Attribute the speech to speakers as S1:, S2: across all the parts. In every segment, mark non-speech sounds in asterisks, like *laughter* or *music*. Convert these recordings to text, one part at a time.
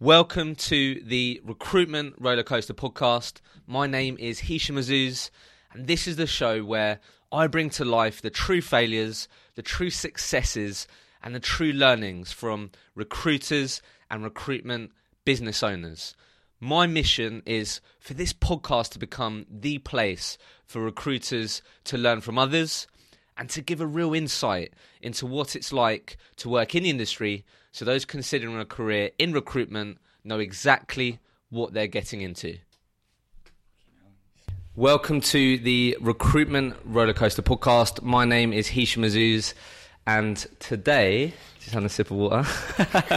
S1: Welcome to the Recruitment Rollercoaster podcast. My name is Hisham Azuz, and this is the show where I bring to life the true failures, the true successes, and the true learnings from recruiters and recruitment business owners. My mission is for this podcast to become the place for recruiters to learn from others and to give a real insight into what it's like to work in the industry so those considering a career in recruitment know exactly what they're getting into. Welcome to the Recruitment Rollercoaster podcast. My name is Hisham Azuz, and today, just having a sip of water, *laughs*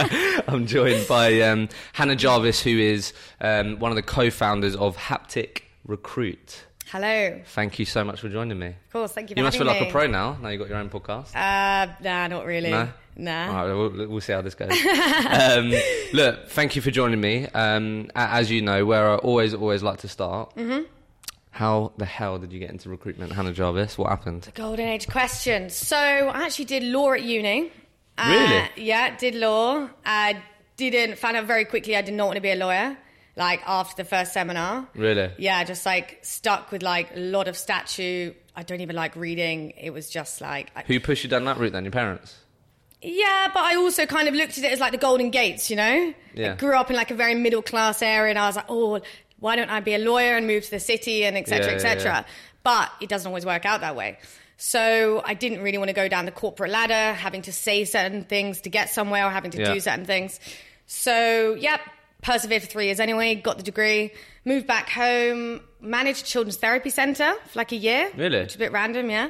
S1: I'm joined by um, Hannah Jarvis, who is um, one of the co founders of Haptic Recruit.
S2: Hello.
S1: Thank you so much for joining me.
S2: Of course, thank you.
S1: You
S2: for
S1: must feel
S2: having
S1: like a
S2: me.
S1: pro now. Now you've got your own podcast.
S2: Uh, nah, not really.
S1: No?
S2: Nah.
S1: All right, we'll, we'll see how this
S2: *laughs*
S1: goes. um, look, thank you for joining me. Um, a- as you know, where I always, always like to start.
S2: Mm-hmm.
S1: How the hell did you get into recruitment, Hannah Jarvis? What happened?
S2: Golden age question. So I actually did law at uni. Uh,
S1: Really?
S2: Yeah, did law. I didn't found out very quickly I did not want to be a lawyer. Like after the first seminar.
S1: Really?
S2: Yeah, just like stuck with like a lot of statute. I don't even like reading. It was just like I,
S1: Who pushed you down that route then? Your parents?
S2: Yeah, but I also kind of looked at it as like the Golden Gates, you know?
S1: Yeah.
S2: I grew up in like a very middle class area and I was like, oh, why don't I be a lawyer and move to the city and et cetera,
S1: Yeah,
S2: et
S1: yeah,
S2: cetera. But it doesn't always work out that way. So I didn't really want to go down the corporate ladder, having to say certain things to get somewhere or having to
S1: Yeah.
S2: do certain things. So, yep, persevered for three years anyway, got the degree, moved back home, managed a children's therapy centre for like a year.
S1: Really?
S2: Which is a bit random, yeah.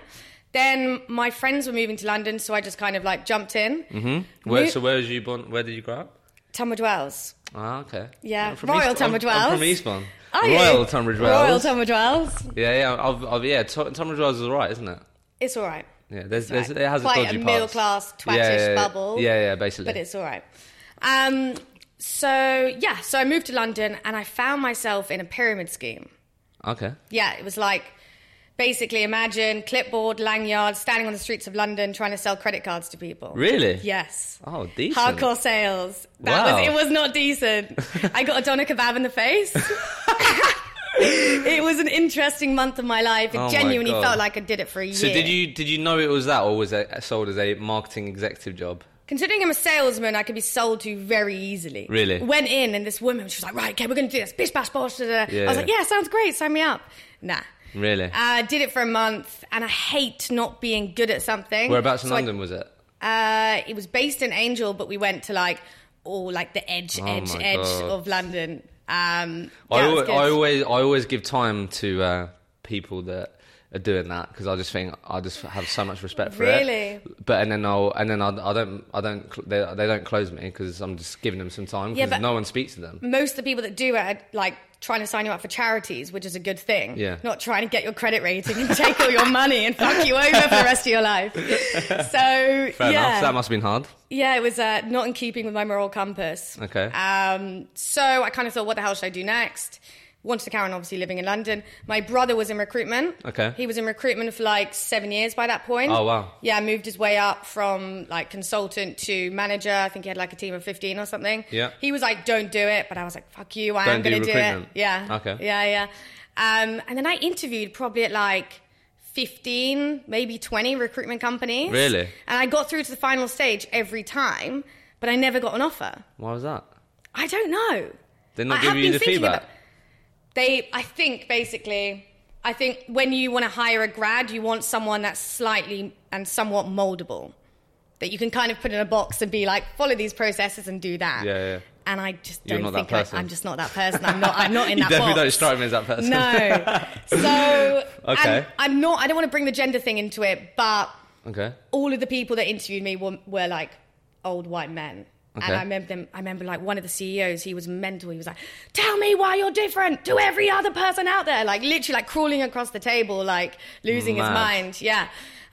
S2: Then my friends were moving to London, so I just kind of like jumped in.
S1: Where,
S2: Mo-
S1: so where was you born? Where did you grow up?
S2: Tunbridge Wells.
S1: Ah, okay.
S2: Yeah,
S1: I'm
S2: Royal
S1: East- I'm-
S2: Tunbridge
S1: I'm,
S2: Wells.
S1: from Eastbourne.
S2: Are you?
S1: Royal Tunbridge Wells.
S2: Royal Tunbridge Wells.
S1: yeah, yeah. I've, I've, yeah, Tu- Tunbridge Wells is all right, isn't it?
S2: It's all right.
S1: Yeah, there's,
S2: It's
S1: there's, it has
S2: Quite
S1: a dodgy
S2: a
S1: parts.
S2: middle-class, twatish
S1: yeah, yeah,
S2: bubble.
S1: Yeah, yeah, basically.
S2: but it's all right. Um, so yeah, so I moved to London and I found myself in a pyramid scheme.
S1: okay.
S2: Yeah, it was like basically imagine clipboard, lanyard, standing on the streets of London trying to sell credit cards to people.
S1: Really?
S2: Yes.
S1: Oh, decent.
S2: Hardcore sales. That
S1: Wow.
S2: was it was not
S1: *laughs*
S2: decent. I got a doner kebab in the face. it was an interesting month of my life. It
S1: Oh my
S2: genuinely
S1: God.
S2: felt like I did it for a
S1: So
S2: year.
S1: did you did you know it was that, or was it sold as a marketing executive job?
S2: Considering I'm a salesman, I could be sold to very easily.
S1: Really?
S2: Went in and this woman, she was like, right, okay, we're going to do this. Bish, bash, bosh. Da, da. da." I
S1: Yeah.
S2: was like, yeah, sounds great. Sign me up. Nah.
S1: Really?
S2: Uh, did it for a month and I hate not being good at something.
S1: Whereabouts in
S2: So I-
S1: London was it?
S2: Uh, it was based in Angel, but we went to like all like the edge,
S1: Oh
S2: edge,
S1: my
S2: edge
S1: God.
S2: of London. Um,
S1: I,
S2: yeah, it was
S1: always,
S2: good.
S1: I always I always give time to uh, people that are doing that because I just think I just have so much respect for it.
S2: Really?
S1: But and then I'll and then I, I don't I don't cl- they, they don't close me because I'm just giving them some time
S2: Yeah,
S1: because
S2: but- Mm,
S1: no one speaks to them.
S2: most of the people that do it are like trying to sign you up for charities, which is a good thing.
S1: Yeah.
S2: Not trying to get your credit rating and *laughs* take all your money and fuck you over for the rest of your
S1: *laughs*
S2: life. So
S1: Fair
S2: yeah,
S1: enough. That must have been hard.
S2: yeah, it was uh, not in keeping with my moral compass.
S1: Okay.
S2: Um, so I kind of thought, what the hell should I do next? Wanted to carry on, obviously living in London. My brother was in recruitment.
S1: Okay.
S2: He was in recruitment for like seven years by that point.
S1: Oh, wow.
S2: Yeah, moved his way up from like consultant to manager. I think he had like a team of fifteen or something.
S1: Yeah.
S2: He was like, "Don't do it," but I was like, "Fuck you, I
S1: Don't
S2: am
S1: do
S2: going to do it."
S1: recruitment.
S2: Yeah.
S1: Okay.
S2: Yeah, yeah. Um, and then I interviewed probably at like. 15, maybe 20 recruitment companies.
S1: Really?
S2: And I got through to the final stage every time, but I never got an offer.
S1: Why was that?
S2: I don't know.
S1: They're not
S2: I have
S1: giving you
S2: been
S1: the
S2: thinking
S1: feedback.
S2: about- They, I think, basically, I think when you want to hire a grad, you want someone that's slightly and somewhat moldable, that you can kind of put in a box and be like, follow these processes and do that.
S1: Yeah, yeah.
S2: And I just
S1: You're
S2: don't
S1: not that
S2: think I,
S1: person.
S2: I'm just not that person. I'm not. I'm not
S1: *laughs*
S2: in
S1: you
S2: that
S1: definitely
S2: box.
S1: don't strike me as that person.
S2: No.
S1: *laughs*
S2: So
S1: Okay.
S2: and I'm not. I don't want to bring the gender thing into it, but
S1: Okay.
S2: all of the people that interviewed me were, were like old white men.
S1: Okay.
S2: And I remember them. I remember like one of the CEOs. He was mental. He was like, "Tell me why you're different to every other person out there." Like literally, like crawling across the table, like losing
S1: Mad.
S2: his mind. Yeah.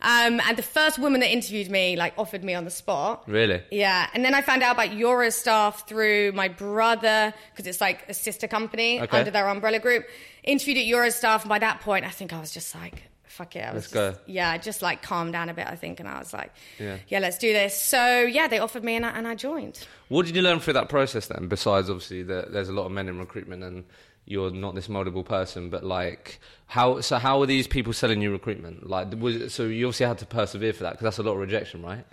S2: Um, and the first woman that interviewed me like offered me on the spot.
S1: Really?
S2: Yeah, and then I found out about Eurostaff through my brother because it's like a sister company
S1: Okay.
S2: under their umbrella group. Interviewed at Eurostaff, and by that point, I think I was just like, fuck it. I was
S1: Let's go.
S2: just- Yeah, I just like calmed down a bit, I think. And I was like,
S1: Yeah.
S2: yeah, let's do this. So yeah, they offered me and I, and I joined.
S1: What did you learn through that process then? Besides, obviously, that there's a lot of men in recruitment, and you're not this moldable person. But like, how so? How were these people selling you recruitment? Like, was, so you obviously had to persevere for that because that's a lot of rejection, right?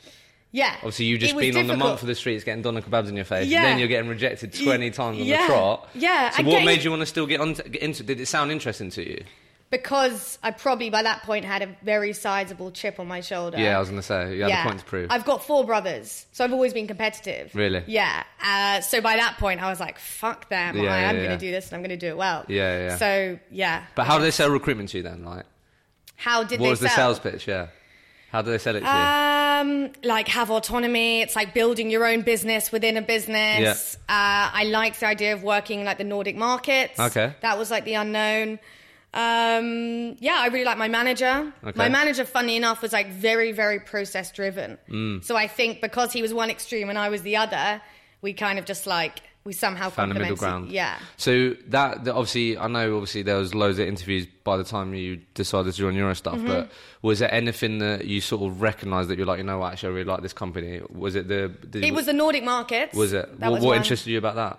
S2: Yeah.
S1: Obviously, you
S2: It
S1: just
S2: was
S1: been on the
S2: difficult.
S1: month of the streets, getting doner kebabs in your face.
S2: Yeah.
S1: Then you're getting rejected 20 times on
S2: yeah.
S1: the trot.
S2: Yeah,
S1: So
S2: I
S1: what
S2: get
S1: made
S2: it.
S1: you want to still get, on get into? Did it sound interesting to you?
S2: because I probably by that point had a very sizable chip on my shoulder.
S1: Yeah, I was gonna say you had a point to prove.
S2: I've got four brothers, so I've always been competitive.
S1: Really?
S2: Yeah. Uh, so by that point, I was like, "Fuck them!
S1: Yeah,
S2: I am
S1: yeah, yeah.
S2: going to do this, and I'm going to do it well."
S1: Yeah, yeah, yeah.
S2: So yeah.
S1: but how do they sell recruitment to you then? Like,
S2: How did
S1: what
S2: they
S1: was the
S2: sell?
S1: sales pitch? Yeah. How do they sell it to you?
S2: Um, like have autonomy. It's like building your own business within a business. Uh, I liked the idea of working in, like the Nordic markets.
S1: Okay.
S2: that was like the unknown. Um, yeah, I really like my manager.
S1: Okay.
S2: My manager, funny enough, was like very, very process driven.
S1: Mm.
S2: So I think because he was one extreme and I was the other, we kind of just like we somehow
S1: found a middle ground.
S2: complemented- Yeah,
S1: So that, that obviously, I know obviously there was loads of interviews by the time you decided to join Euro stuff.
S2: Mm-hmm.
S1: But was there anything that you sort of recognised that you're like, you know, what, actually, I really like this company? Was it the? Did,
S2: it was the Nordic markets.
S1: Was it?
S2: That
S1: What, what
S2: one.
S1: interested you about that?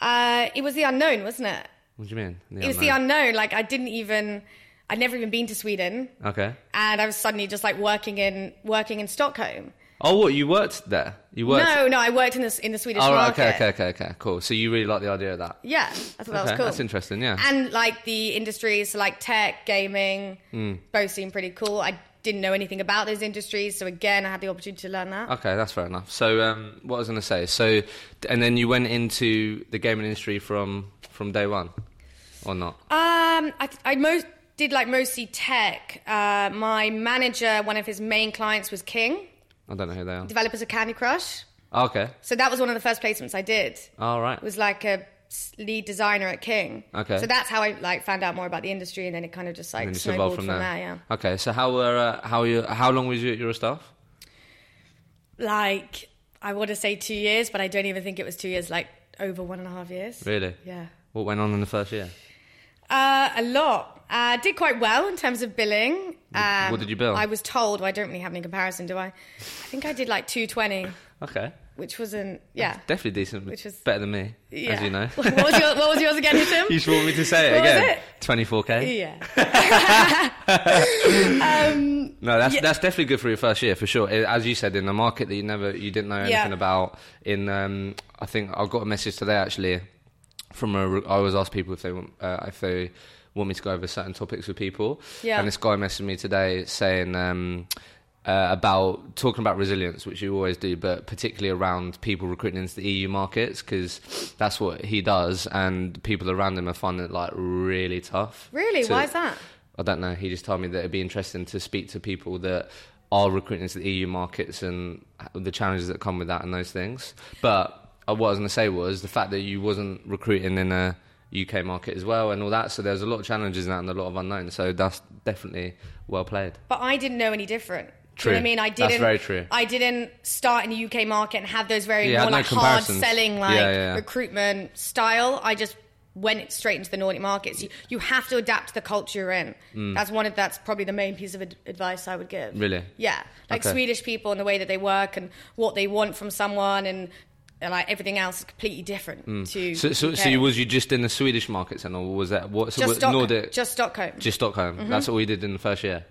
S2: Uh, it was the unknown, wasn't it?
S1: What do you mean?
S2: It was the unknown. Like I didn't even, I'd never even been to Sweden,
S1: okay.
S2: and I was suddenly just like working in working in Stockholm.
S1: Oh, what you worked there? You worked.
S2: No, no, I worked in the in the Swedish
S1: Oh, right,
S2: market.
S1: okay, okay, okay, okay. Cool. So you really like the idea of that?
S2: Yeah, I thought that was
S1: Okay,
S2: cool.
S1: that's interesting, yeah.
S2: And like the industries, so like tech, gaming,
S1: Hmm.
S2: both seemed pretty cool. I didn't know anything about those industries, so again, I had the opportunity to learn that.
S1: Okay, that's fair enough. So, um, what I was going to say, so, and then you went into the gaming industry from from day one, or not?
S2: Um, I, th- I most did like mostly tech. Uh, my manager, one of his main clients was King,
S1: I don't know who they are. Oh,
S2: developers of Candy Crush.
S1: Okay.
S2: So that was one of the first placements I did.
S1: All right.
S2: was like a s- lead designer at King.
S1: Okay.
S2: So that's how I like found out more about the industry, and then it kind of just like
S1: And just
S2: snowballed
S1: evolved
S2: from,
S1: from there.
S2: there. Yeah.
S1: Okay. So how were uh, how you how long was you at Eurostaff?
S2: Like I want to say two years, but I don't even think it was two years. Like over one and a half years.
S1: Really?
S2: Yeah.
S1: What went on in the first year?
S2: Uh, a lot. Uh, did quite well in terms of billing. Um,
S1: what did you bill?
S2: I was told. Well, I don't really have any comparison, do I? I think I did like two twenty,
S1: Okay.
S2: which wasn't. Yeah.
S1: Definitely decent. Which
S2: Which
S1: is
S2: was-
S1: better than me,
S2: Yeah. *laughs*
S1: as you *laughs* know.
S2: what, was your, what was yours again, Hitam?
S1: you just want me to say it
S2: What was
S1: again.
S2: it?
S1: Twenty four k.
S2: *laughs* yeah. *laughs* Um,
S1: No, that's that's definitely good for your first year for sure. It- As you said, in a market that you never you didn't know anything
S2: Yeah.
S1: about. In um, I think I got a message today actually from a re- I always ask people if they want uh, if they want me to go over certain topics with people.
S2: Yeah.
S1: And this guy messaged me today saying. Um, uh, about talking about resilience, which you always do, but particularly around people recruiting into the EU markets, because that's what he does, and people around him are finding it like really tough.
S2: Really?
S1: to-
S2: Why is that?
S1: I don't know. He just told me that it'd be interesting to speak to people that are recruiting into the EU markets and the challenges that come with that and those things. But uh, what I was going to say was the fact that you wasn't recruiting in a UK market as well and all that. So there's a lot of challenges in that and a lot of unknowns. So that's definitely well played.
S2: But I didn't know any different. Do
S1: True.
S2: you know what I mean? I
S1: That's
S2: didn't.
S1: very true.
S2: I didn't start in the UK market and have those very
S1: Yeah, you had
S2: more
S1: no
S2: like hard
S1: comparisons.
S2: selling like
S1: Yeah, yeah, yeah.
S2: recruitment style. I just went straight into the Nordic markets. You, you have to adapt to the culture you're in. That's one of that's probably the main piece of ad- advice I would give.
S1: Mm. Really?
S2: Yeah, like
S1: Okay.
S2: Swedish people and the way that they work and what they want from someone and. and, like everything else is completely different to
S1: Mm. So, so, so
S2: UK.
S1: you, was you just in the Swedish markets and all? Was that what? So
S2: just
S1: what-
S2: Stockholm,
S1: Nordic, just,
S2: just Mm-hmm. Stockholm
S1: Stockholm. That's all you did in the first year.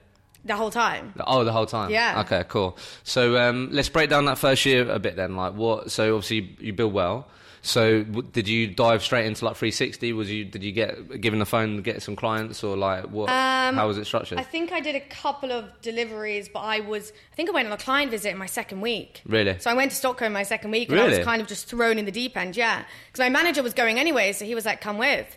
S2: the whole time.
S1: Oh, the whole time.
S2: Yeah.
S1: Okay, cool. So um, let's break down that first year a bit then. Like, what? So obviously you build well. So w- did you dive straight into like 360? Was you did you get given the phone, get some clients, or like what? how was it structured?
S2: Um, I think I did a couple of deliveries, but I was I think I went on a client visit in my second week.
S1: Really?
S2: So I went to Stockholm my second week, and I
S1: Really?
S2: was kind of just thrown in the deep end. Yeah, because my manager was going anyway, so he was like, "Come with."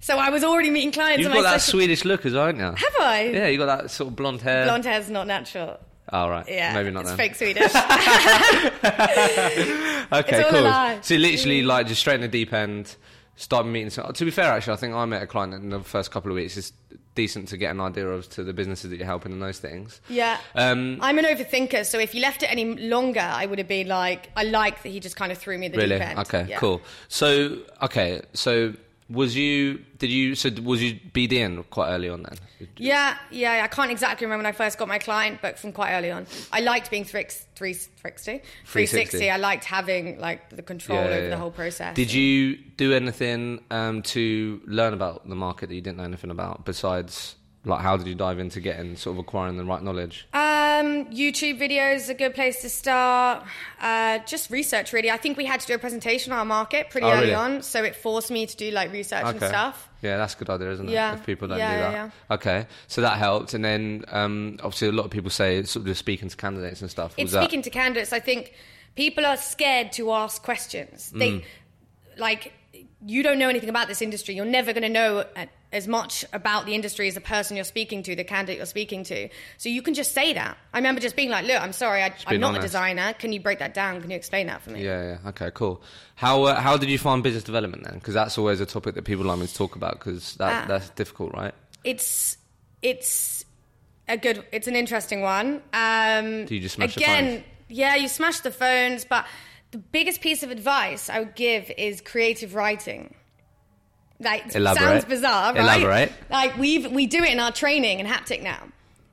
S2: So I was already meeting clients.
S1: You've
S2: in my
S1: got that
S2: second-
S1: Swedish look, as aren't you? Have
S2: I?
S1: Yeah, you got that sort of blonde hair.
S2: Blonde hair's not natural.
S1: All right.
S2: Yeah,
S1: Maybe not
S2: It's
S1: then.
S2: fake Swedish.
S1: *laughs* Okay,
S2: It's all a
S1: cool.
S2: lie. Mm.
S1: So literally, like, just straight in the deep end, started meeting. Some, to be fair, actually, I think I met a client in the first couple of weeks. It's decent to get an idea of to the businesses that you're helping and those things.
S2: yeah.
S1: Um,
S2: I'm an overthinker, so if you left it any longer, I would have been like, I like that he just kind of threw me in the
S1: really?
S2: deep end.
S1: Okay,
S2: Yeah.
S1: cool. So, okay, so Was you? Did you? So was you BDN quite early on then?
S2: Yeah, yeah. I can't exactly remember when I first got my client, but from quite early on, I liked being thrix, three, 360. 360. I liked having like the control
S1: Yeah,
S2: over
S1: yeah.
S2: the whole process.
S1: Did you do anything um, to learn about the market that you didn't know anything about besides? Like, how did you dive into getting sort of acquiring the right knowledge?
S2: Um, YouTube videos are a good place to start. Uh, just research, really. I think we had to do a presentation on our market pretty
S1: Oh,
S2: early
S1: really?
S2: on, so it forced me to do like research and stuff.
S1: Yeah, that's a good idea, isn't it?
S2: Yeah.
S1: If people don't
S2: Yeah,
S1: do that.
S2: yeah,
S1: Okay, so that helped. And then um, obviously, a lot of people say it's sort of just speaking to candidates and stuff.
S2: It's
S1: Was that-
S2: speaking to candidates. I think people are scared to ask questions.
S1: Mm.
S2: They like you don't know anything about this industry. You're never going to know a- as much about the industry as the person you're speaking to, the candidate you're speaking to. So you can just say that. I remember just being like, "Look, I'm sorry, I,
S1: being
S2: I'm not a
S1: honest.
S2: designer. Can you break that down? Can you explain that for me?"
S1: Yeah, yeah. Okay, cool. How uh, how did you find business development then? Because that's always a topic that people like me to talk about because that,
S2: Ah.
S1: that's difficult, right?
S2: It's it's a good. It's an interesting one. Um,
S1: Do you just smash the
S2: again?
S1: phones?
S2: Yeah, you smash the phones, but. The biggest piece of advice I would give is creative writing. Like it sounds
S1: Elaborate.
S2: bizarre, right?
S1: Elaborate.
S2: Like we we do it in our training in haptic now.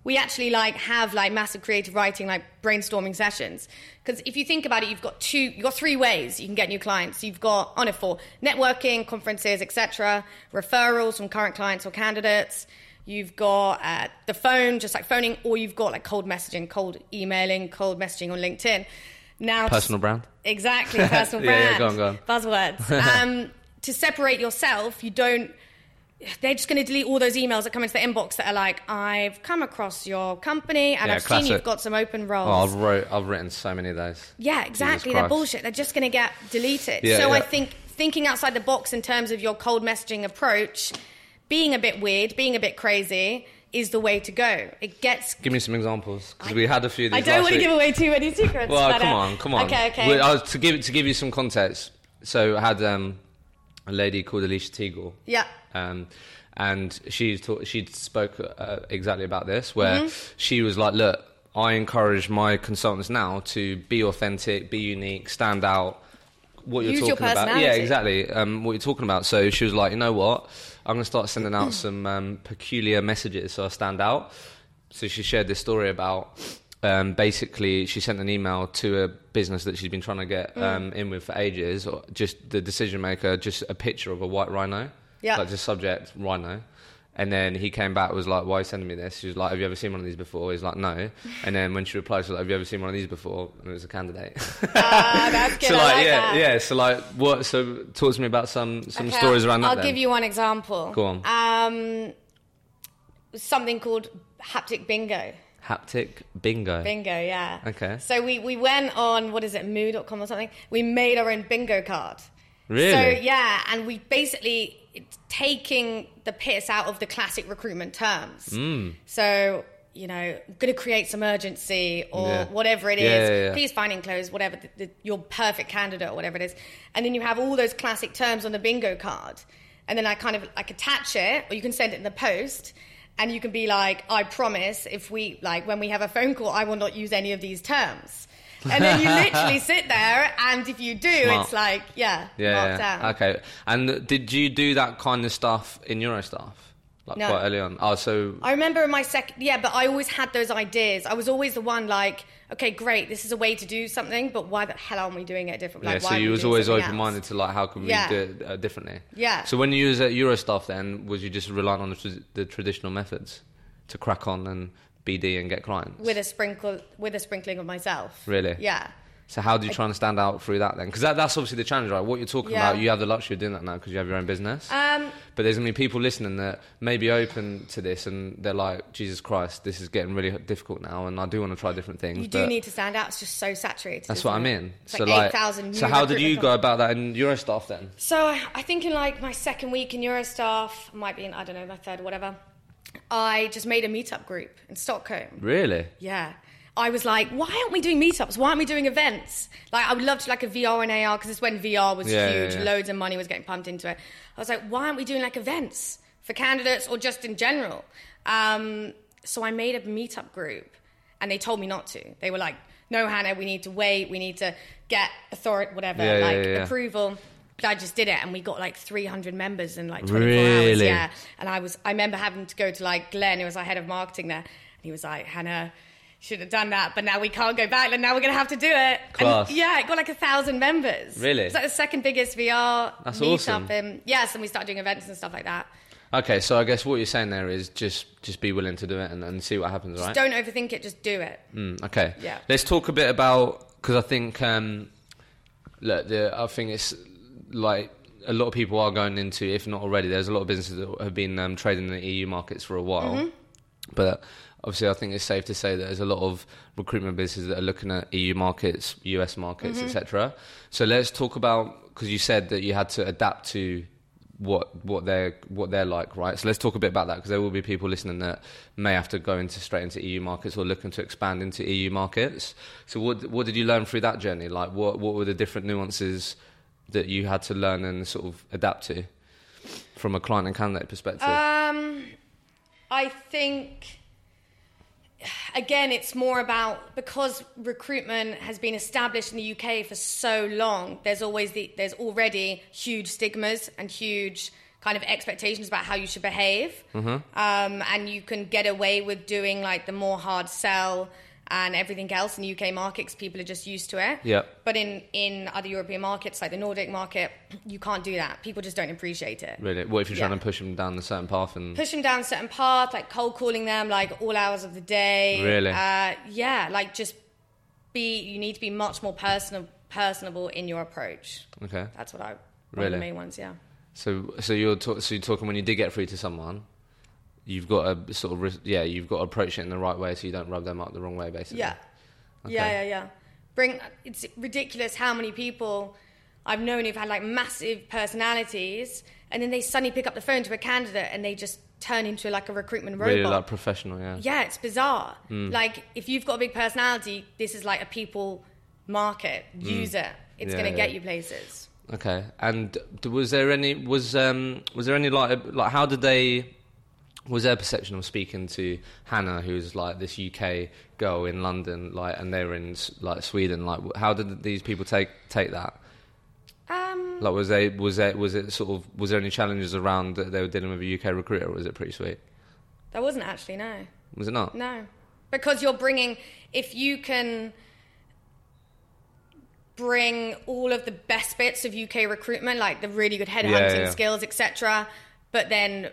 S2: We actually like have like massive creative writing, like brainstorming sessions. Because if you think about it, you've got two, you've got three ways you can get new clients. You've got on it for networking, conferences, etc., referrals from current clients or candidates. You've got uh, the phone, just like phoning, or you've got like cold messaging, cold emailing, cold messaging on LinkedIn. Now,
S1: Personal brand.
S2: Exactly, personal
S1: *laughs* Yeah, yeah,
S2: brand.
S1: go on, go on. *laughs*
S2: Buzzwords. Um, to separate yourself, you don't. They're just going to delete all those emails that come into the inbox that are like, "I've come across your company and
S1: Yeah,
S2: I've
S1: classic.
S2: seen you've got some open
S1: Oh,
S2: roles."
S1: I've wrote, I've written so many of those.
S2: yeah, exactly. They're
S1: Christ.
S2: bullshit. They're just going to get deleted.
S1: Yeah,
S2: so I
S1: yeah.
S2: think thinking outside the box in terms of your cold messaging approach, being a bit weird, being a bit crazy, is the way to go. It gets.
S1: Give me some examples because we had a few. Of these
S2: I don't
S1: last
S2: want to
S1: week.
S2: give away too many secrets.
S1: Well,
S2: but,
S1: come
S2: uh,
S1: on, come on.
S2: Okay, okay.
S1: Well, I was- to give to give you some context, so I had um, a lady called Alicia Teagle.
S2: Yeah.
S1: Um, and she taught, she spoke uh, exactly about this, where
S2: Mm-hmm.
S1: she was like, "Look, I encourage my consultants now to be authentic, be unique, stand out. What you're
S2: Use your
S1: talking about, yeah,
S2: personality.
S1: exactly. Um, what you're talking about." So she was like, "You know what? I'm going to start sending out some um, peculiar messages so I stand out." So she shared this story about. Um, basically, she sent an email to a business that she's been trying to get um, in with for ages. Or just the decision maker, just a picture of a white rhino,
S2: Yeah.
S1: like just subject rhino. And then he came back was like, "Why are you sending me this?" She was like, "Have you ever seen one of these before?" He's like, "No." And then when she replied, she was like, "Have you ever seen one of these before?" And it was a candidate. *laughs*
S2: Ah, that's good.
S1: so
S2: I
S1: like,
S2: like
S1: yeah,
S2: that.
S1: yeah. So like, what? So talk to me about some some
S2: Okay,
S1: stories around that.
S2: I'll
S1: then.
S2: give you one example.
S1: Go on.
S2: Um, something called haptic bingo.
S1: haptic bingo.
S2: Bingo, yeah.
S1: Okay.
S2: So we, we went on, what is it, moo.com or something? We made our own bingo card.
S1: Really?
S2: So, yeah, and we basically, it's taking the piss out of the classic recruitment terms.
S1: Hmm.
S2: So, you know, going to create some urgency or
S1: Yeah.
S2: whatever it is.
S1: Yeah, yeah, yeah.
S2: Please find enclosed, whatever, the, the, your perfect candidate or whatever it is. And then you have all those classic terms on the bingo card. And then I kind of like attach it, or you can send it in the post. And you can be like, I promise if we, like, when we have a phone call, I will not use any of these terms. And
S1: *laughs*
S2: then you literally sit there, and if you do,
S1: Smart.
S2: it's like, yeah,
S1: yeah.
S2: marked down.
S1: yeah. Okay. And did you do that kind of stuff in your own stuff, like
S2: No.
S1: quite early on? Oh, so
S2: I remember in my second, yeah, but I always had those ideas. I was always the one like, okay, great, this is a way to do something, but why the hell aren't we doing it differently?
S1: yeah.
S2: Like,
S1: So
S2: why are
S1: you
S2: we
S1: was
S2: doing
S1: always
S2: something else?
S1: open minded to like, how can we
S2: Yeah.
S1: do it uh, differently?
S2: Yeah.
S1: So when you was at Eurostaff, then was you just relying on the, tr- the traditional methods to crack on and BD and get clients?
S2: with a sprinkle with a sprinkling of myself.
S1: Really?
S2: Yeah.
S1: so how do you try and stand out through that then? Because that, that's obviously the challenge, right? What you're talking
S2: Yeah.
S1: about, you have the luxury of doing that now because you have your own business.
S2: Um,
S1: but there's gonna be people listening that may be open to this and they're like, Jesus Christ, this is getting really difficult now, and I do want to try different things.
S2: you do
S1: but
S2: need to stand out. It's just so saturated.
S1: that's what I
S2: isn't it?
S1: mean.
S2: It's like eight thousand.
S1: so how did you go about that in Eurostaff then?
S2: So I- I think in like my second week in Eurostaff, might be in I don't know my third, whatever. I just made a meetup group in Stockholm.
S1: Really?
S2: Yeah. I was like, why aren't we doing meetups? Why aren't we doing events? Like, I would love to like a VR and AR because it's when VR was
S1: Yeah, yeah,
S2: huge,
S1: yeah.
S2: loads of money was getting pumped into it. I was like, why aren't we doing like events for candidates or just in general? Um, so I made a meetup group, and they told me not to. They were like, no, Hannah, we need to wait. We need to get authority, whatever,
S1: Yeah, yeah,
S2: like
S1: yeah, yeah.
S2: approval. I just did it, and we got like 300 members in like 24 hours.
S1: Really?
S2: Yeah, and I was I remember having to go to like Glenn, who was our head of marketing there, and he was like, Hannah. Should have done that, but now we can't go back. And now we're gonna have to do it.
S1: Class.
S2: And yeah, it got like a thousand members.
S1: Really?
S2: it's like the second biggest VR
S1: That's
S2: meetup.
S1: awesome.
S2: In, yes, and we started doing events and stuff like that.
S1: Okay, so I guess what you're saying there is just just be willing to do it and, and see what happens, right?
S2: Don't overthink it. Just do it.
S1: Mm, okay.
S2: Yeah.
S1: Let's talk a bit about because I think um, look, the I think it's like a lot of people are going into, if not already, there's a lot of businesses that have been um, trading in the EU markets for a while, but. Obviously, I think it's safe to say that there's a lot of recruitment businesses that are looking at EU markets, US markets, etc. So let's talk about because you said that you had to adapt to what what they're what they're like, right? So let's talk a bit about that because there will be people listening that may have to go into straight into EU markets or looking to expand into EU markets. So what what did you learn through that journey? Like what what were the different nuances that you had to learn and sort of adapt to from a client and candidate perspective?
S2: Um, I think again, it's more about because recruitment has been established in the UK for so long. There's always the there's already huge stigmas and huge kind of expectations about how you should behave, um, and you can get away with doing like the more hard sell and everything else in the UK market 'cause people are just used to it.
S1: Yeah.
S2: But in in other European markets like the Nordic market, you can't do that. People just don't appreciate it
S1: really, what if you're
S2: yeah.
S1: trying to push them down a certain path and
S2: push them down a certain path, like cold calling them, like all hours of the day.
S1: Really?
S2: Uh, yeah, like just be. You need to be much more personal, personable in your approach.
S1: okay?
S2: That's what I. One of
S1: Really?
S2: the main ones, yeah.
S1: So so you're talk, so you're talking when you did get through to someone. You've got to sort of re- yeah, you've got to approach it in the right way so you don't rub them up the wrong way, basically.
S2: Yeah. Yeah, yeah, yeah. Bring it's ridiculous how many people I've known who've had like massive personalities and then they suddenly pick up the phone to a candidate and they just turn into like a recruitment robot.
S1: Really like professional, yeah.
S2: yeah, it's bizarre.
S1: Hmm.
S2: Like if you've got a big personality, this is like a people market. Use it. It's
S1: Hmm. Yeah,
S2: gonna
S1: yeah.
S2: get you places.
S1: Okay. And d- was there any was um was there any like like how did they was their perception of speaking to Hannah, who's like this UK girl in London, like and they're in s- like Sweden, like wh- how did these people take take that?
S2: Um,
S1: Like was they was there was it sort of was there any challenges around that they were dealing with a UK recruiter, or was it pretty sweet?
S2: that wasn't actually no,
S1: Was it not?
S2: no, because you're bringing. If you can bring all of the best bits of UK recruitment, like the really good headhunting
S1: yeah.
S2: skills, etc., but then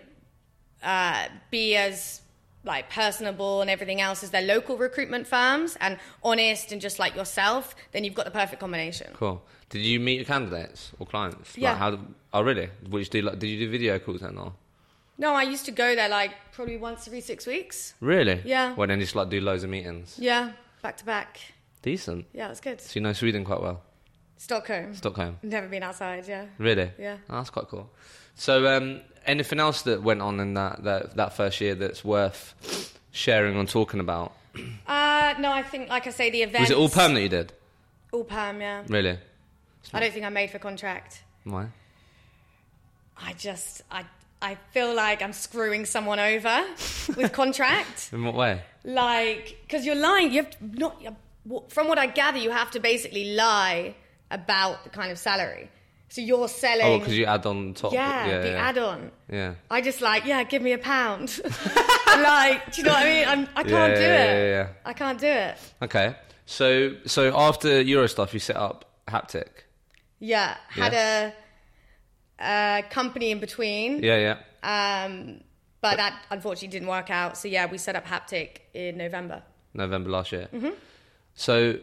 S2: uh, be as like personable and everything else as their local recruitment firms and honest and just like yourself, then you've got the perfect combination.
S1: Cool. Did you meet your candidates or clients?
S2: Yeah.
S1: Like how? Oh, really? Which do you, like? Did you do video calls then, or
S2: No, I used to go there like probably once every six weeks.
S1: really?
S2: Yeah.
S1: Well, then just like do loads of meetings.
S2: Yeah, back to back.
S1: Decent.
S2: Yeah, it's good.
S1: So you know Sweden quite well.
S2: Stockholm.
S1: Stockholm.
S2: Never been outside. Yeah.
S1: Really?
S2: Yeah.
S1: Oh, that's quite cool. So, um, anything else that went on in that, that that first year that's worth sharing and talking about?
S2: Uh, no, I think like I say, the event
S1: Was it all perm that you did?
S2: All perm. Yeah.
S1: Really?
S2: I don't think I'm made for contract.
S1: Why?
S2: I just I I feel like I'm screwing
S1: *laughs*
S2: someone over with contract.
S1: In what way?
S2: Like, because you're lying. You have to not. you- From what I gather, you have to basically lie about the kind of salary. So you're selling.
S1: Oh, because you add on top.
S2: yeah, the
S1: yeah.
S2: add-on.
S1: yeah.
S2: I just like, yeah, give me a pound. *laughs* like, do you know what I mean? I'm, I can't
S1: Yeah,
S2: do
S1: yeah,
S2: it.
S1: yeah, yeah.
S2: I can't do it.
S1: Okay. So, so after Euro stuff, you set up Haptic.
S2: Yeah, had a, a company in between,
S1: Yeah, yeah.
S2: um, but that unfortunately didn't work out. So yeah, we set up Haptic in November.
S1: November last year.
S2: Mm-hmm.
S1: So,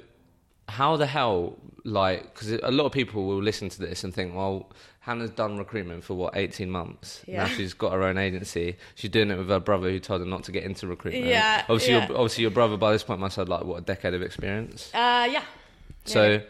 S1: how the hell, like, because a lot of people will listen to this and think, well, Hannah's done recruitment for what, 18 months? Now
S2: Yeah.
S1: she's got her own agency. She's doing it with her brother who told her not to get into recruitment.
S2: Yeah,
S1: Obviously,
S2: yeah.
S1: Your, obviously your brother by this point must have, like, what, a decade of experience?
S2: Uh, yeah.
S1: So,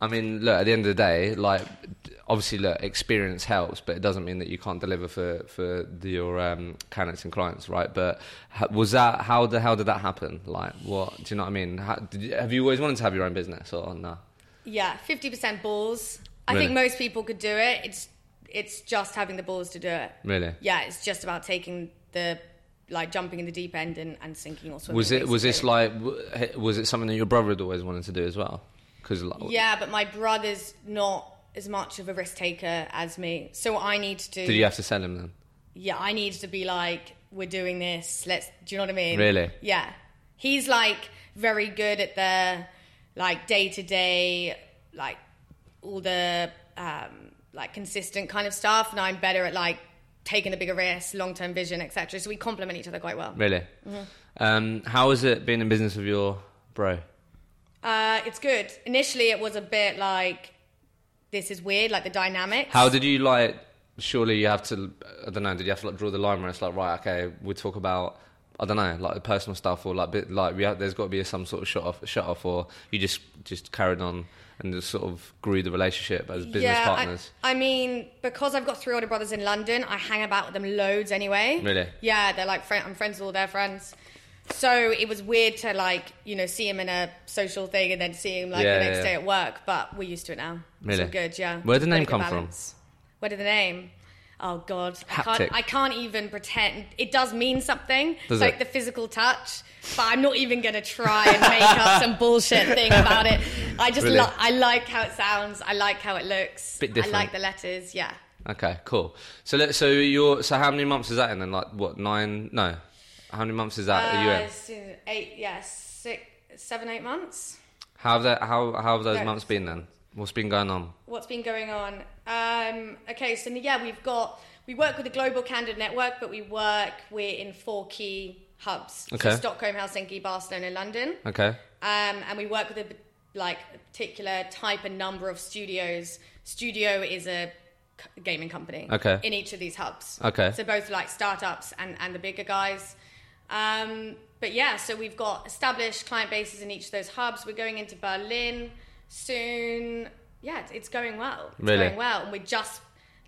S1: I mean, look, at the end of the day, like, d- obviously, look, experience helps, but it doesn't mean that you can't deliver for, for the, your um, candidates and clients, right? But ha- was that, how the hell did that happen? Like, what, do you know what I mean? How, did you, have you always wanted to have your own business or no?
S2: yeah, fifty percent balls. I think
S1: Really?
S2: most people could do it. It's it's just having the balls to do it.
S1: Really?
S2: Yeah, it's just about taking the like jumping in the deep end and, and sinking or swimming.
S1: Was it, was this
S2: basically.
S1: like, w- h- was it something that your brother had always wanted to do as well? Because, like,
S2: Yeah, but my brother's not as much of a risk taker as me. So I need to do.
S1: Did you have to sell him then?
S2: yeah, I need to be like, we're doing this. Let's, do you know what I mean?
S1: Really?
S2: Yeah. He's like very good at the like day to day, like all the um, like consistent kind of stuff, and I'm better at like taking a bigger risk, long term vision, etc. So we complement each other quite well.
S1: Really?
S2: Mm-hmm.
S1: Um, how has it been in business with your bro?
S2: Uh, it's good. Initially, it was a bit like this is weird, like the dynamics.
S1: How did you like? Surely you have to. I don't know. Did you have to like draw the line where it's like, right, okay, we talk about. I don't know, like personal stuff, or like, bit, like we have, there's got to be some sort of shut off, shut off, or you just just carried on and just sort of grew the relationship as business
S2: I-
S1: partners.
S2: I, mean, because I've got three older brothers in London, I hang about with them loads anyway.
S1: Really?
S2: Yeah, they're like friend, I'm friends with all their friends. So it was weird to like you know see him in a social thing and then see him like
S1: Yeah,
S2: the next
S1: yeah,
S2: day
S1: yeah.
S2: at work. But we're used to it now. It's all
S1: Really?
S2: good. Yeah.
S1: Where'd the
S2: Got a
S1: name
S2: good
S1: come from?
S2: Where did the name? Oh God, I
S1: Haptic.
S2: can't. I can't even pretend. It does mean something.
S1: Does
S2: like
S1: it?
S2: the physical touch, but I'm not even gonna try and make
S1: *laughs*
S2: up some bullshit thing about it. I just
S1: Really?
S2: lo- I like how it sounds. I like how it looks.
S1: Bit different.
S2: I like the letters. Yeah.
S1: Okay, cool. So let so you're so how many months is that in? Then like what nine? No, how many months is that? are you in?
S2: it's, uh, eight. Yeah, six, seven, eight months.
S1: How have that? How how have those
S2: no,
S1: months been then? What's been going on?
S2: What's been going on? Um, okay, so yeah, we've got we work with the Global Candid Network, but we work we're in four key hubs: So
S1: Okay.
S2: Stockholm, Helsinki, Barcelona, and London.
S1: Okay,
S2: um, and we work with a p- like a particular type and number of studios. Studio is a c- gaming company.
S1: Okay.
S2: In each of these hubs.
S1: Okay.
S2: So both like startups and and the bigger guys. Um, but yeah, so we've got established client bases in each of those hubs. We're going into Berlin soon. Yeah, it's, it's going well. It's
S1: Really?
S2: going well, and we just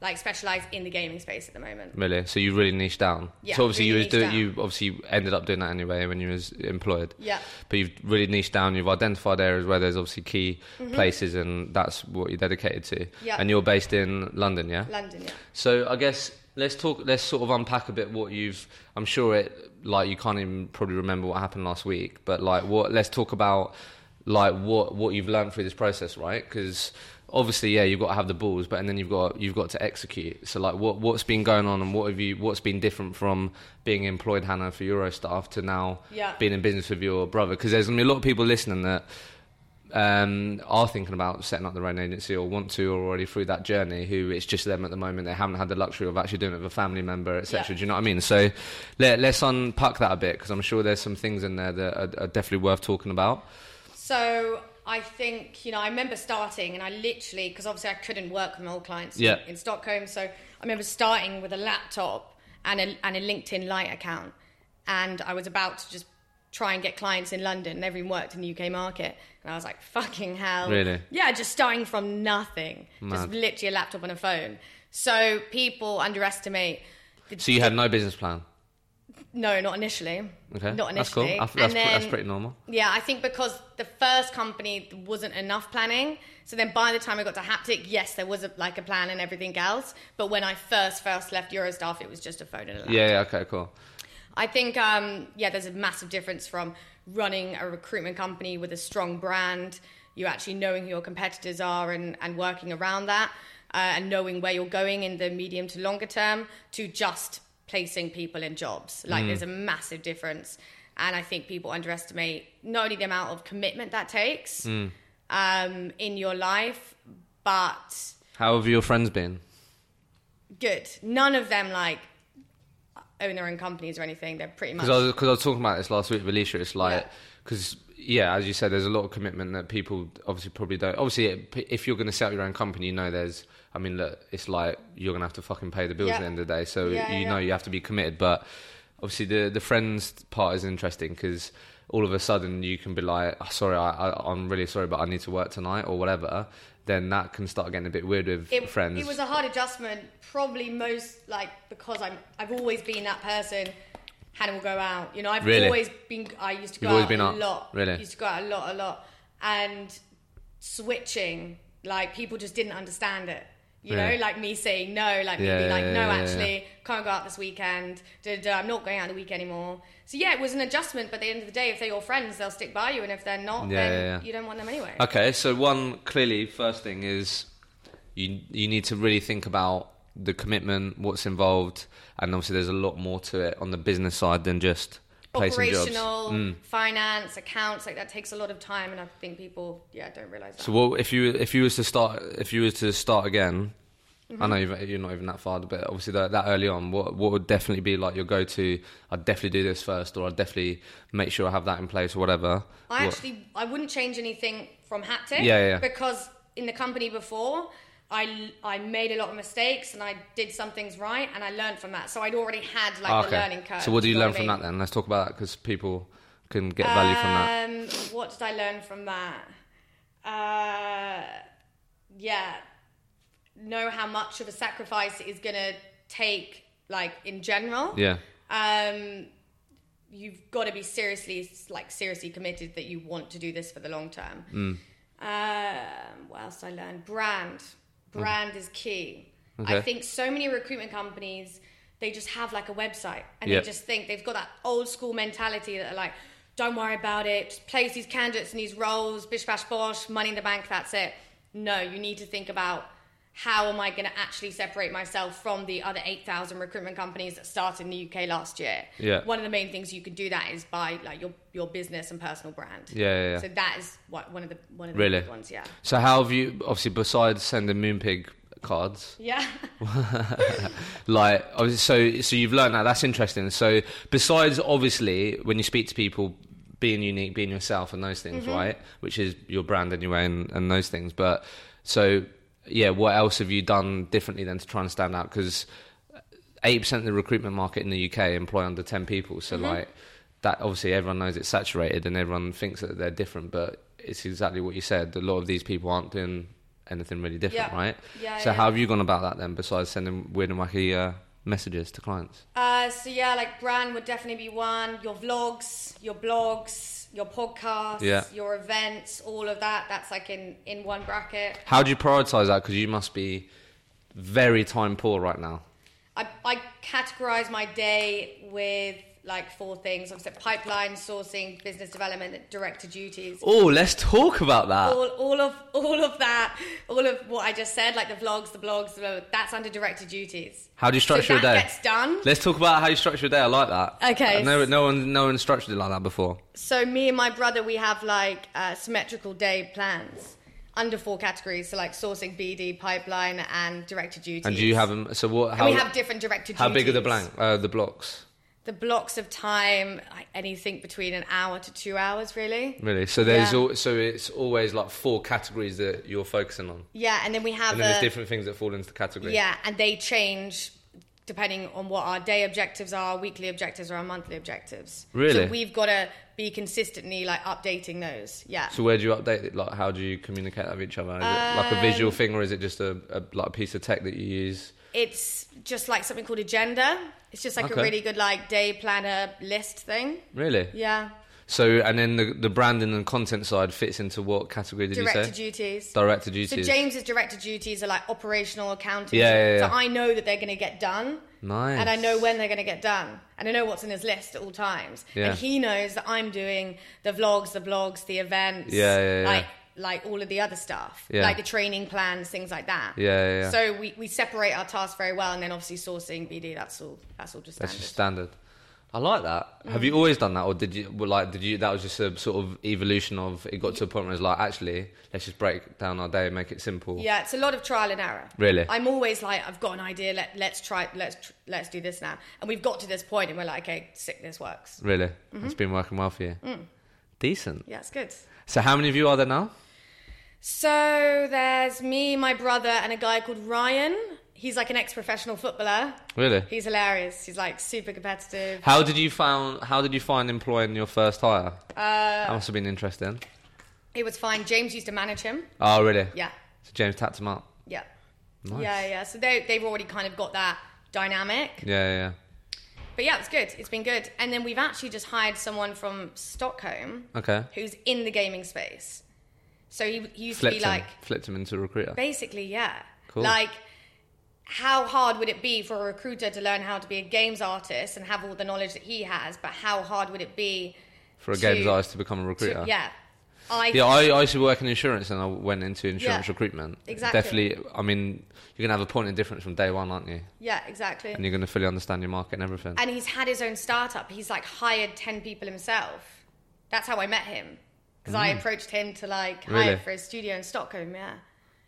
S2: like specialize in the gaming space at the moment.
S1: really. So you really niched down.
S2: Yeah,
S1: so obviously
S2: really
S1: you was do,
S2: niched
S1: you obviously ended up doing that anyway when you was employed.
S2: Yeah.
S1: But you've really niched down. You've identified areas where there's obviously key places, and that's what you're dedicated to.
S2: Mm-hmm. Yeah.
S1: And you're based in London, yeah.
S2: London, yeah.
S1: So I guess let's talk. Let's sort of unpack a bit what you've. I'm sure it like you can't even probably remember what happened last week, but like what. Let's talk about like what what you've learned through this process, right? Because obviously, yeah, you've got to have the balls, but and then you've got you've got to execute. So like what what's been going on and what have you what's been different from being employed Hannah for Eurostaff to now
S2: Yeah.
S1: being in business with your brother? Because there's gonna be a lot of people listening that um, are thinking about setting up their own agency or want to or already through that journey who it's just them at the moment they haven't had the luxury of actually doing it with a family member etc
S2: Yeah.
S1: do you know what i mean so let, let's unpack that a bit because i'm sure there's some things in there that are, are definitely worth talking about
S2: So I think, you know, I remember starting and I literally, because obviously I couldn't work with my old clients
S1: Yeah.
S2: in Stockholm. So I remember starting with a laptop and a, and a LinkedIn Lite account. And I was about to just try and get clients in London. Never even worked in the UK market. And I was like, fucking hell.
S1: Really?
S2: Yeah, just starting from nothing. Just
S1: Mad.
S2: literally a laptop and a phone. So people underestimate. The,
S1: so you had no business plan
S2: no, not initially.
S1: okay
S2: Not initially.
S1: that's cool I- that's,
S2: And
S1: pre- that's
S2: then-
S1: pretty normal
S2: yeah, I think because the first company wasn't enough planning. So then by the time I got to Haptic, yes, there was a, like a plan and everything else. But when I first first left Eurostaff, it was just a phone and a laptop.
S1: yeah, yeah okay cool
S2: I think um, yeah, there's a massive difference from running a recruitment company with a strong brand, you actually knowing who your competitors are and, and working around that, uh, and knowing where you're going in the medium to longer term, to just placing people in jobs.
S1: Mm.
S2: Like there's a massive difference, and I think people underestimate not only the amount of commitment that takes
S1: Mm.
S2: um, in your life, but
S1: how have your friends been
S2: good. None of them like own their own companies or anything. They're pretty much
S1: Because I, was- 'cause I was talking about this last week with Alicia. It's like,
S2: Yeah.
S1: because, yeah. as you said, there's a lot of commitment that people obviously probably don't. Obviously, it, if you're going to set up your own company, you know there's, I mean, look, it's like you're going to have to fucking pay the bills
S2: Yeah.
S1: at the end of the day. So
S2: Yeah,
S1: you
S2: yeah,
S1: know
S2: yeah.
S1: you have to be committed. But obviously, the, the friends part is interesting because all of a sudden you can be like, oh, sorry, I, I, I'm really sorry, but I need to work tonight or whatever. Then that can start getting a bit weird with
S2: it,
S1: friends.
S2: It was a hard adjustment, probably most like because I'm I've always been that person. Hannah will go out. You know, I've
S1: Really?
S2: always been. I used to go
S1: You've always
S2: out
S1: been
S2: a
S1: out.
S2: lot.
S1: Really?
S2: used to go out a lot, a lot, and switching. Like people just didn't understand it. You
S1: Yeah.
S2: know, like me saying no, like me
S1: Yeah,
S2: being like,
S1: yeah,
S2: no,
S1: yeah, yeah,
S2: actually, can't go out this weekend. Da, da, da, I'm not going out on the weekend anymore. So yeah, it was an adjustment. But at the end of the day, if they're your friends, they'll stick by you, and if they're not,
S1: Yeah,
S2: then
S1: yeah, yeah.
S2: you don't want them anyway.
S1: Okay, so one clearly first thing is you you need to really think about the commitment, what's involved, and obviously there's a lot more to it on the business side than just placing jobs. Mm.
S2: Operational, finance, accounts, like that takes a lot of time, and I think people, yeah, don't realize that.
S1: So what if you if you was to start if you was to start again?
S2: Mm-hmm.
S1: I know you've, you're not even that far, but obviously that, that early on, what what would definitely be like your go to? I'd definitely do this first, or I'd definitely make sure I have that in place, or whatever.
S2: I
S1: What-
S2: actually I wouldn't change anything from Haptic.
S1: Yeah, yeah, yeah.
S2: Because in the company before, I I made a lot of mistakes and I did some things right and I learned from that. So I'd already had like
S1: Ah,
S2: the learning curve.
S1: So what do you
S2: know
S1: learn
S2: I
S1: from
S2: mean?
S1: that then? Let's talk about that because people can get value from that.
S2: Um, what did I learn from that? Uh, yeah, know how much of a sacrifice it is gonna take, like in general.
S1: Yeah.
S2: Um, you've got to be seriously, like seriously committed that you want to do this for the long term.
S1: Hmm.
S2: Um, what else did I learned? Brand. Brand is key. I
S1: Mm. Okay.
S2: think so many recruitment companies, they just have like a website and
S1: Yeah.
S2: they just think they've got that old school mentality that are like, don't worry about it, just place these candidates in these roles, bish bash bosh, money in the bank, that's it. No, you need to think about how am I going to actually separate myself from the other 8,000 recruitment companies that started in the UK last year?
S1: Yeah.
S2: One of the main things you can do that is by like your, your business and personal brand.
S1: Yeah, yeah, yeah.
S2: So that is what, one of the one of the
S1: Really?
S2: big ones, yeah.
S1: So how have you obviously besides sending Moonpig cards,
S2: Yeah. *laughs*
S1: like obviously, so so you've learned that that's interesting. So besides obviously when you speak to people being unique, being yourself and those things, right? Which is your brand anyway and, and those things. But so yeah, what else have you done differently than to try and stand out because 80% of the recruitment market in the UK employ under 10 people. So,
S2: Mm-hmm.
S1: like, that obviously everyone knows it's saturated and everyone thinks that they're different, but it's exactly what you said. A lot of these people aren't doing anything really different,
S2: Yeah.
S1: right?
S2: Yeah,
S1: so,
S2: yeah.
S1: how have you gone about that then besides sending weird and wacky uh, messages to clients?
S2: Uh, so yeah, like brand would definitely be one. Your vlogs, your blogs, your podcasts,
S1: Yeah.
S2: your events, all of that. That's like in in one bracket.
S1: How do you prioritize that? Because you must be very time poor right now.
S2: I, I categorize my day with like four things. I've said pipeline, sourcing, business development, director duties.
S1: Oh, let's talk about that.
S2: all, all of all of that, all of what I just said, like the vlogs, the blogs, blah, blah, that's under director duties.
S1: How do you structure
S2: so that
S1: your day?
S2: gets done.
S1: Let's talk about how you structure your day. I like that.
S2: Okay.
S1: No, no one, no one structured it like that before.
S2: So me and my brother, we have like uh, symmetrical day plans under four categories. So like sourcing, BD, pipeline, and director duties.
S1: And do you have them? So what? How,
S2: And we have different director duties.
S1: How big are the blank? Uh, the blocks.
S2: The blocks of time, like anything between an hour to two hours, really.
S1: Really? So there's
S2: Yeah.
S1: al- so it's always like four categories that you're focusing on,
S2: Yeah, and then we have
S1: and then there's
S2: a-
S1: different things that fall into the category.
S2: Yeah, and they change depending on what our day objectives are, weekly objectives, or our monthly objectives.
S1: Really?
S2: So we've got to be consistently like updating those. Yeah.
S1: So where do you update it? Like how do you communicate that with each other? Is it
S2: Um,
S1: like a visual thing, or is it just a, a like a piece of tech that you use?
S2: it's just like something called agenda. It's just like
S1: Okay.
S2: a really good like day planner list thing.
S1: Really?
S2: Yeah.
S1: So and then the the branding and content side fits into what category did you
S2: Director
S1: say?
S2: duties.
S1: Director
S2: so
S1: duties.
S2: James's director duties are like operational accounting.
S1: Yeah, yeah, yeah.
S2: So I know that they're going to get done.
S1: Nice.
S2: And I know when they're going to get done. And I know what's in his list at all times.
S1: Yeah.
S2: And he knows that I'm doing the vlogs, the blogs, the events.
S1: Yeah, yeah, yeah.
S2: Like, like all of the other stuff.
S1: Yeah.
S2: Like the training plans, things like that.
S1: Yeah, yeah, yeah.
S2: So we, we separate our tasks very well. And then obviously sourcing, BD, that's all, that's all just
S1: That's
S2: standard.
S1: just standard. I like that. Have you always done that, or did you well, like? Did you that was just a sort of evolution of it got to a point where it's like actually let's just break down our day and make it simple.
S2: Yeah, it's a lot of trial and error.
S1: Really?
S2: I'm always like, I've got an idea. Let let's try. Let's tr- let's do this now. And we've got to this point, and we're like, okay, sick, this works.
S1: Really,
S2: Mm-hmm.
S1: it's been working well for you.
S2: Mm.
S1: Decent.
S2: Yeah, it's good.
S1: So how many of you are there now?
S2: So there's me, my brother, and a guy called Ryan. He's like an ex-professional footballer.
S1: Really?
S2: He's hilarious. He's like super competitive.
S1: How did you found? How did you find employing your first hire?
S2: Uh,
S1: that must have been interesting.
S2: it was fine. James used to manage him.
S1: Oh really?
S2: Yeah,
S1: So James tapped him up.
S2: yeah,
S1: Nice.
S2: yeah, yeah. So they they've already kind of got that dynamic.
S1: Yeah, yeah. yeah.
S2: But yeah, it's good. It's been good. And then we've actually just hired someone from Stockholm.
S1: Okay.
S2: who's in the gaming space. So he, he used
S1: Flipped
S2: to be like,
S1: him. Flipped him into a recruiter.
S2: basically, yeah.
S1: Cool.
S2: Like, how hard would it be for a recruiter to learn how to be a games artist and have all the knowledge that he has? But how hard would it be
S1: For a
S2: to-
S1: game's eyes to become a
S2: to,
S1: recruiter.
S2: yeah. I
S1: yeah, I, I used to work in insurance, and I went into insurance
S2: Yeah.
S1: recruitment.
S2: Exactly.
S1: Definitely. I mean, you're gonna have a point of difference from day one, aren't you?
S2: yeah, exactly.
S1: And you're gonna fully understand your market and everything.
S2: and he's had his own startup. He's like hired 10 people himself. That's how I met him. Because I approached him to like hire
S1: Mm. Really?
S2: for his studio in Stockholm, yeah.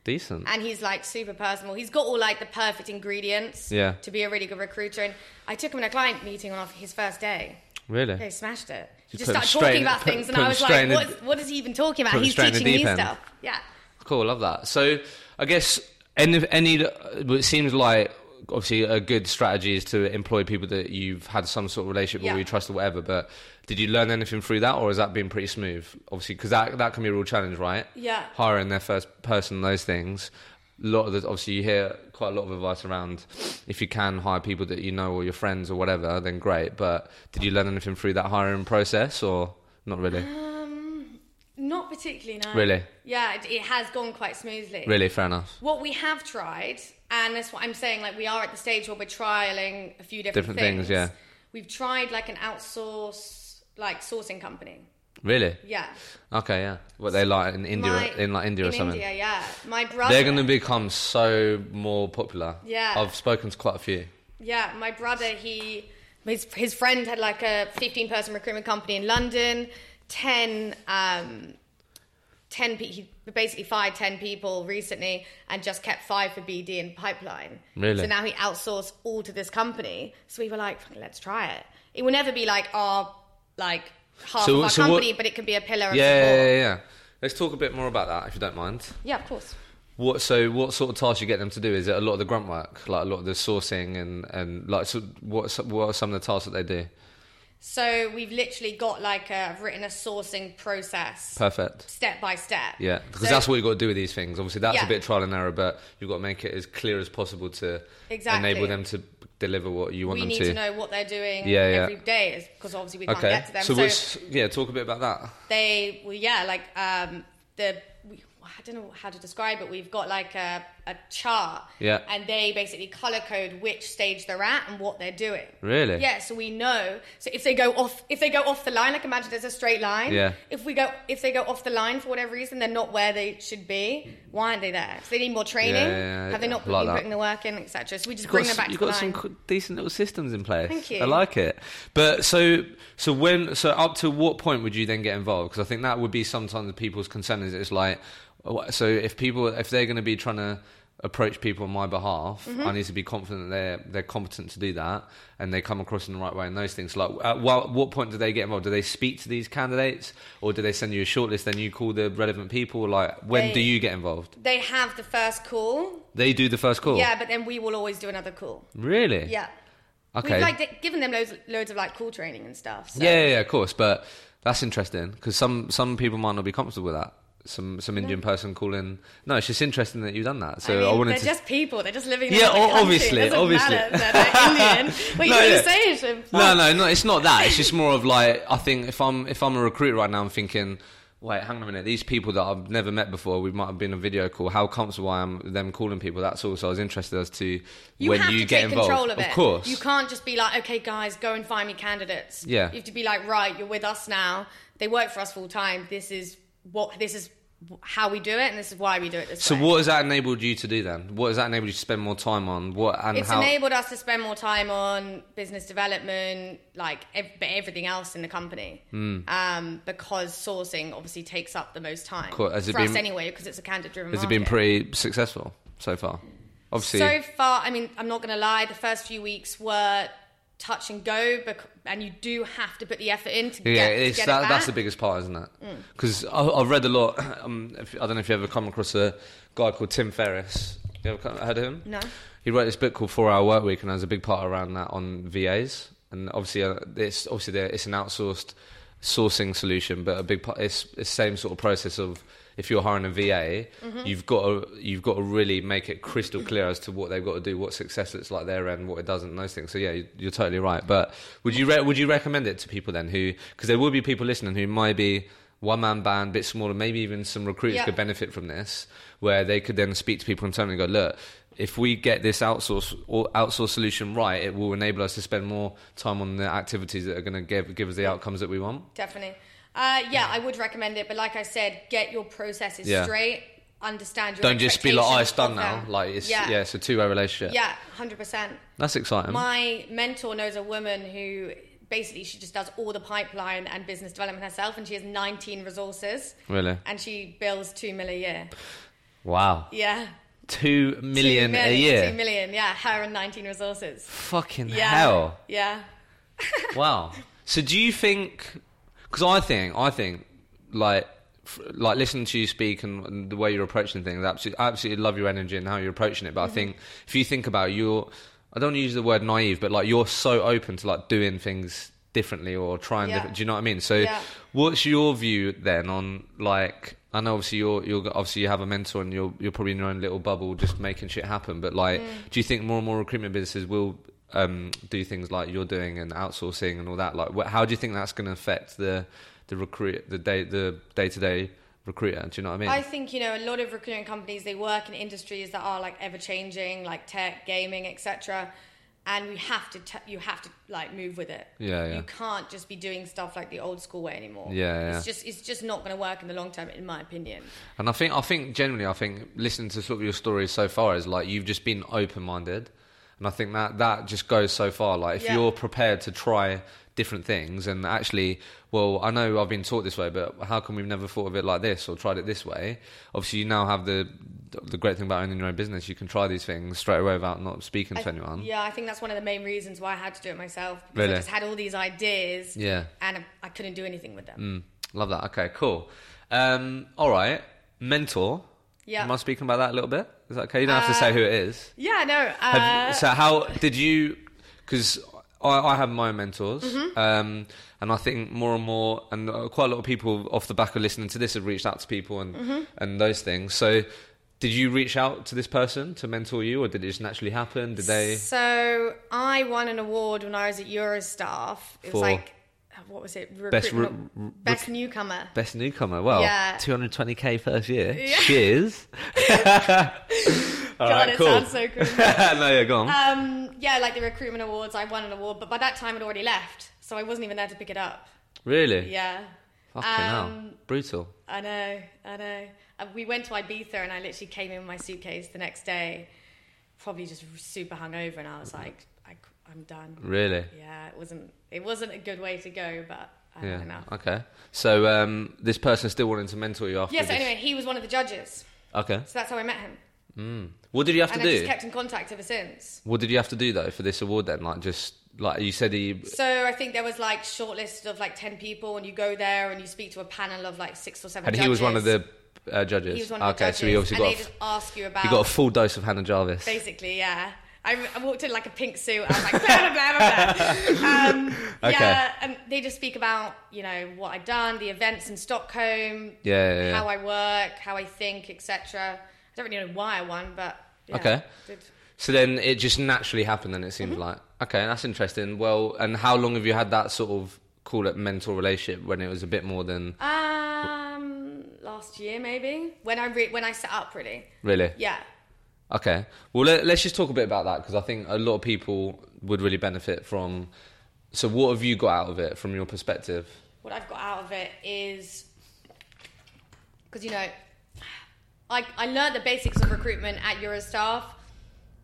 S1: Decent.
S2: And he's like super personal. He's got all like the perfect ingredients
S1: Yeah.
S2: to be a really good recruiter. And I took him in a client meeting on his first day.
S1: Really.
S2: He smashed it. He
S1: Just
S2: just
S1: put him
S2: started
S1: straight
S2: talking
S1: in-
S2: about
S1: put-
S2: things, and
S1: put
S2: I
S1: him
S2: was
S1: straight in
S2: like,
S1: the-
S2: what, what is he even talking about?
S1: Put him
S2: He's
S1: straight in the
S2: teaching me
S1: deep end.
S2: stuff. Yeah.
S1: Cool, love that. So, I guess any any it seems like obviously a good strategy is to employ people that you've had some sort of relationship with,
S2: Yeah.
S1: or you trust or whatever. But did you learn anything through that, or has that been pretty smooth? Obviously, because that that can be a real challenge, right?
S2: Yeah.
S1: hiring their first person, those things. A lot of the, obviously you hear quite a lot of advice around if you can hire people that you know or your friends or whatever, then great. But did you learn anything through that hiring process, or not really?
S2: Um, not particularly, no.
S1: Really?
S2: Yeah, it, it has gone quite smoothly.
S1: Really, fair enough.
S2: What we have tried, and that's what I'm saying, like we are at the stage where we're trialing a few different,
S1: Different things, yeah.
S2: We've tried like an outsource, like sourcing company.
S1: Really.
S2: Yeah.
S1: Okay, yeah. What they like in India,
S2: My-
S1: in like India or
S2: in
S1: something.
S2: India, yeah. My brother.
S1: They're going to become so more popular.
S2: Yeah.
S1: I've spoken to quite a few.
S2: Yeah, my brother, he his his friend had like a 15 person recruitment company in London, 10 um 10 pe- he basically fired 10 people recently and just kept 5 for BD and pipeline.
S1: Really?
S2: So now he outsourced all to this company. So we were like, "Fucking let's try it. It will never be like our like half
S1: So-
S2: of our
S1: so what-
S2: company, but it can be a pillar of
S1: Yeah, yeah,
S2: support.
S1: yeah, yeah. Let's talk a bit more about that if you don't mind.
S2: yeah, of course.
S1: What so what sort of tasks you get them to do? Is it a lot of the grunt work, like a lot of the sourcing and and like so what what are some of the tasks that they do?
S2: So we've literally got like a I've written a sourcing process
S1: Perfect.
S2: step by step.
S1: Yeah, because
S2: So-
S1: that's what you've got to do with these things. Obviously, that's a
S2: Yeah.
S1: bit trial and error, but you've got to make it as clear as possible to
S2: Exactly.
S1: enable them to deliver what you want
S2: we
S1: them
S2: need to. know what they're doing
S1: Yeah, yeah.
S2: every day because obviously we can't
S1: okay.
S2: get to them.
S1: So,
S2: So,
S1: what's, yeah, talk a bit about that.
S2: they, well, yeah, like um, the we, I don't know how to describe it. We've got like a, a chart,
S1: Yeah.
S2: and they basically color code which stage they're at and what they're doing.
S1: Really?
S2: Yeah, so we know. So if they go off, if they go off the line, like imagine there's a straight line.
S1: Yeah.
S2: If we go, if they go off the line for whatever reason, they're not where they should be. Why aren't they there? So they need more training.
S1: Yeah, yeah, yeah,
S2: Have they
S1: yeah,
S2: not
S1: like
S2: been
S1: that.
S2: putting the work in, etc. So we just
S1: You've
S2: bring
S1: got
S2: them
S1: some-
S2: back
S1: you've
S2: to the
S1: got some
S2: line.
S1: co- decent little systems in place.
S2: Thank you.
S1: I like it. But so so when so up to what point would you then get involved? Because I think that would be sometimes people's concern is it's like oh, so if people if they're going to be trying to approach people on my behalf,
S2: Mm-hmm.
S1: I need to be confident that they're they're competent to do that and they come across in the right way and those things. Like at what, what point do they get involved? Do they speak to these candidates or do they send you a shortlist? Then you call the relevant people. Like when
S2: They-
S1: do you get involved?
S2: They have the first call.
S1: They do the first call.
S2: Yeah, but then we will always do another call.
S1: Really?
S2: Yeah.
S1: Okay.
S2: We've like d- given them loads, loads of like call training and stuff. So.
S1: Yeah, yeah, yeah, of course. But that's interesting because some some people might not be comfortable with that. Some some Indian person calling. No, it's just interesting that you've done that.
S2: I
S1: So I,
S2: mean,
S1: wanted
S2: they're
S1: to.
S2: just people. They're just living.
S1: Yeah,
S2: in another
S1: o-
S2: country.
S1: obviously,
S2: It doesn't
S1: obviously.
S2: matter that they're Indian.
S1: *laughs*
S2: Wait,
S1: No,
S2: you
S1: yeah.
S2: say it. Jim.
S1: no, no, no. It's not that.
S2: *laughs*
S1: It's just more of like I think if I'm if I'm a recruiter right now, I'm thinking. Wait, hang on a minute. These people that I've never met before, we might have been on video call. How comfortable I am with them calling people. That's all. So I was interested as to
S2: You
S1: when
S2: have
S1: you
S2: to
S1: get
S2: take
S1: involved.
S2: control of it.
S1: course,
S2: You can't just be like, okay, guys, go and find me candidates.
S1: Yeah.
S2: You have to be like, right, you're with us now. They work for us full time. This is what. This is wh- how we do it, and this is why we do it this
S1: So
S2: way.
S1: what has that enabled you to do then? What has that enabled you to spend more time on? What and
S2: It's
S1: how?
S2: enabled us to spend more time on business development, like ev- but everything else in the company,
S1: Hmm.
S2: um, because sourcing obviously takes up the most time
S1: Cool. Has it
S2: for us
S1: been-
S2: anyway, because it's a candidate-driven.
S1: has it been
S2: market.
S1: pretty successful so far? Obviously,
S2: So far, I mean, I'm not going to lie. The first few weeks were touch and go, bec- and you do have to put the effort in to get,
S1: Yeah,
S2: to
S1: it's
S2: get it
S1: that,
S2: back.
S1: that's the biggest part, isn't it?
S2: Mm.
S1: Because I've read a lot. *clears throat* Um, if, I don't know if you ever come across a guy called Tim Ferriss. You ever come, heard of him?
S2: No.
S1: He wrote this book called Four Hour Work Week, and there's a big part around that on VAs. And obviously, uh, it's obviously there, it's an outsourced sourcing solution, but a big part it's, it's the same sort of process of if you're hiring a VA, you've got to you've got to really make it crystal clear as to what they've got to do, what success looks like their end, what it doesn't, and those things. So yeah, you, you're totally right. But would you re- would you recommend it to people then who because there will be people listening who might be one man band, bit smaller, maybe even some recruiters
S2: Yeah.
S1: could benefit from this, where they could then speak to people internally and go, look, if we get this outsource or outsource solution right, it will enable us to spend more time on the activities that are going to give, give us the outcomes that we want.
S2: Definitely. Uh, yeah, I would recommend it, but like I said, get your processes
S1: Yeah.
S2: straight. Understand your.
S1: Don't just be like, oh, it's
S2: expectations
S1: done
S2: of
S1: now.
S2: them.
S1: Like, it's, yeah.
S2: yeah,
S1: it's a two way relationship.
S2: yeah, hundred percent.
S1: That's exciting.
S2: My mentor knows a woman who basically she just does all the pipeline and business development herself, and she has 19 resources,
S1: really?
S2: and she bills two million a year.
S1: Wow.
S2: Yeah,
S1: Two million,
S2: Two million-
S1: a year.
S2: Two million, yeah, her and 19 resources.
S1: Fucking
S2: Yeah,
S1: hell.
S2: yeah.
S1: wow. So do you think? Because I think I think like f- like listening to you speak and, and the way you're approaching things. I absolutely, I absolutely love your energy and how you're approaching it. But I
S2: Mm-hmm.
S1: think if you think about it, you're, I don't want to use the word naive, but like you're so open to like doing things differently or trying.
S2: Yeah.
S1: Different, do you know what I mean? So
S2: Yeah.
S1: what's your view then on like? I know obviously you're you're obviously you have a mentor and you're you're probably in your own little bubble just making shit happen. But like, do you think more and more recruitment businesses will um, do things like you're doing and outsourcing and all that? Like, wh- how do you think that's going to affect the the recruit the day the day to day recruiter? Do you know what I mean?
S2: I think you know a lot of recruiting companies they work in industries that are like ever changing, like tech, gaming, etc. And we have to, t- you have to like move with it.
S1: Yeah, yeah.
S2: You can't just be doing stuff like the old school way anymore.
S1: Yeah, yeah.
S2: It's just, it's just not going to work in the long term, in my opinion.
S1: and I think I think generally I think listening to sort of your stories so far is like you've just been open minded, and I think that that just goes so far. Like if
S2: Yeah.
S1: you're prepared to try different things and actually well i know i've been taught this way but how come we've never thought of it like this or tried it this way obviously you now have the the great thing about owning your own business you can try these things straight away without not speaking to
S2: I-
S1: anyone
S2: Yeah, I think that's one of the main reasons why I had to do it myself. Because
S1: Really?
S2: I just had all these ideas
S1: yeah.
S2: and I couldn't do anything with them.
S1: Mm, love that. Okay, cool. Um, all right, mentor.
S2: Yeah. Uh,
S1: Am I speaking about that a little bit? Is that okay? You don't have to say who it is.
S2: Yeah, no. Uh,
S1: Have you- so how did you? Because I, I have my own mentors,
S2: Mm-hmm.
S1: um, and I think more and more, and uh, quite a lot of people off the back of listening to this have reached out to people and
S2: Mm-hmm.
S1: and those things. So. Did you reach out to this person to mentor you, or did it just naturally happen? Did they?
S2: So I won an award when I was at Eurostaff. It
S1: For-
S2: was like, uh, what was it?
S1: Best re-
S2: Recruitment-
S1: re-
S2: best newcomer.
S1: Best newcomer. Well,
S2: Yeah.
S1: 220k first year.
S2: *laughs* Yeah.
S1: Cheers. *laughs* All
S2: God,
S1: right,
S2: it
S1: cool.
S2: sounds
S1: *laughs*
S2: so cool.
S1: no, yeah, go on.
S2: um, yeah, like the recruitment awards, I won an award, but by that time it already left, so I wasn't even there to pick it up.
S1: really?
S2: Yeah,
S1: Fucking hell.
S2: um,
S1: Brutal.
S2: I know, I know. Uh, We went to Ibiza, and I literally came in with my suitcase the next day, probably just super hungover, and I was like, I, am done.
S1: Really?
S2: Yeah, it wasn't, it wasn't a good way to go, but I
S1: Yeah.
S2: had enough.
S1: Okay. So um, this person still wanted to mentor you after
S2: Yeah, so
S1: this.
S2: anyway, he was one of the judges,
S1: Okay.
S2: so that's how I met him.
S1: What did you have
S2: and
S1: to
S2: I
S1: do?
S2: just kept in contact ever since.
S1: What did you have to do though for this award then? Like just like you said he
S2: So I think there was like shortlist of like ten people, and you go there and you speak to a panel of like six or seven.
S1: and
S2: judges.
S1: he was one of the uh, judges.
S2: He was one of
S1: okay,
S2: the judges,
S1: so he obviously
S2: and
S1: got a,
S2: they
S1: f-
S2: just ask you about.
S1: he got a full dose of Hannah Jarvis.
S2: basically, yeah. I, I walked in like a pink suit. I was like *laughs* blah blah blah blah. blah. Um,
S1: Okay.
S2: Yeah, and they just speak about you know what I've done, the events in Stockholm,
S1: Yeah, yeah, yeah.
S2: how I work, how I think, etc. I don't really know why I won, but yeah,
S1: Okay.
S2: did-
S1: So then it just naturally happened. Then it seems
S2: Mm-hmm.
S1: like okay, that's interesting. Well, and how long have you had that sort of call it mental relationship when it was a bit more than
S2: Um, last year maybe when I re- when I set up really.
S1: really?
S2: Yeah.
S1: Okay. Well, let, let's just talk a bit about that because I think a lot of people would really benefit from. So, what have you got out of it from your perspective?
S2: What I've got out of it is because you know, I I learned the basics of recruitment at Eurostaff.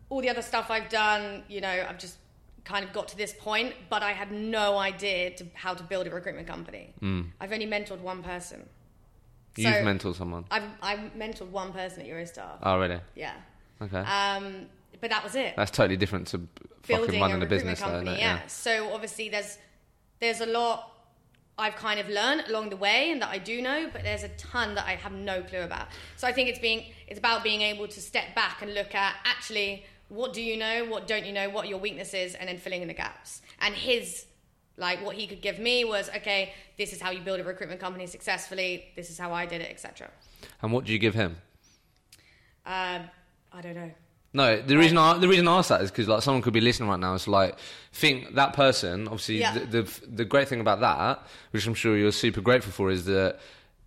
S2: All the other stuff I've done, you know, I've just kind of got to this point, but I had no idea to, how to build a recruitment company. I've only mentored one person.
S1: You've
S2: So-
S1: mentored someone.
S2: I've I've mentored one person at Eurostaff.
S1: Oh, really?
S2: yeah.
S1: Okay.
S2: Um, but that was it.
S1: that's totally different to b- fucking
S2: building a
S1: running a,
S2: recruitment
S1: business, though,
S2: company.
S1: isn't it?
S2: yeah. So obviously there's there's a lot I've kind of learned along the way and that I do know, but there's a ton that I have no clue about. So I think it's being it's about being able to step back and look at actually what do you know, what don't you know, what are your weaknesses, and then filling in the gaps. And his like what he could give me was okay. This is how you build a recruitment company successfully. This is how I did it, etc.
S1: And what do you give him?
S2: Um, I don't know.
S1: No, the reason I the reason I asked that is because like someone could be listening right now. It's like think that person. Obviously,
S2: Yeah.
S1: the, the the great thing about that, which I'm sure you're super grateful for, is that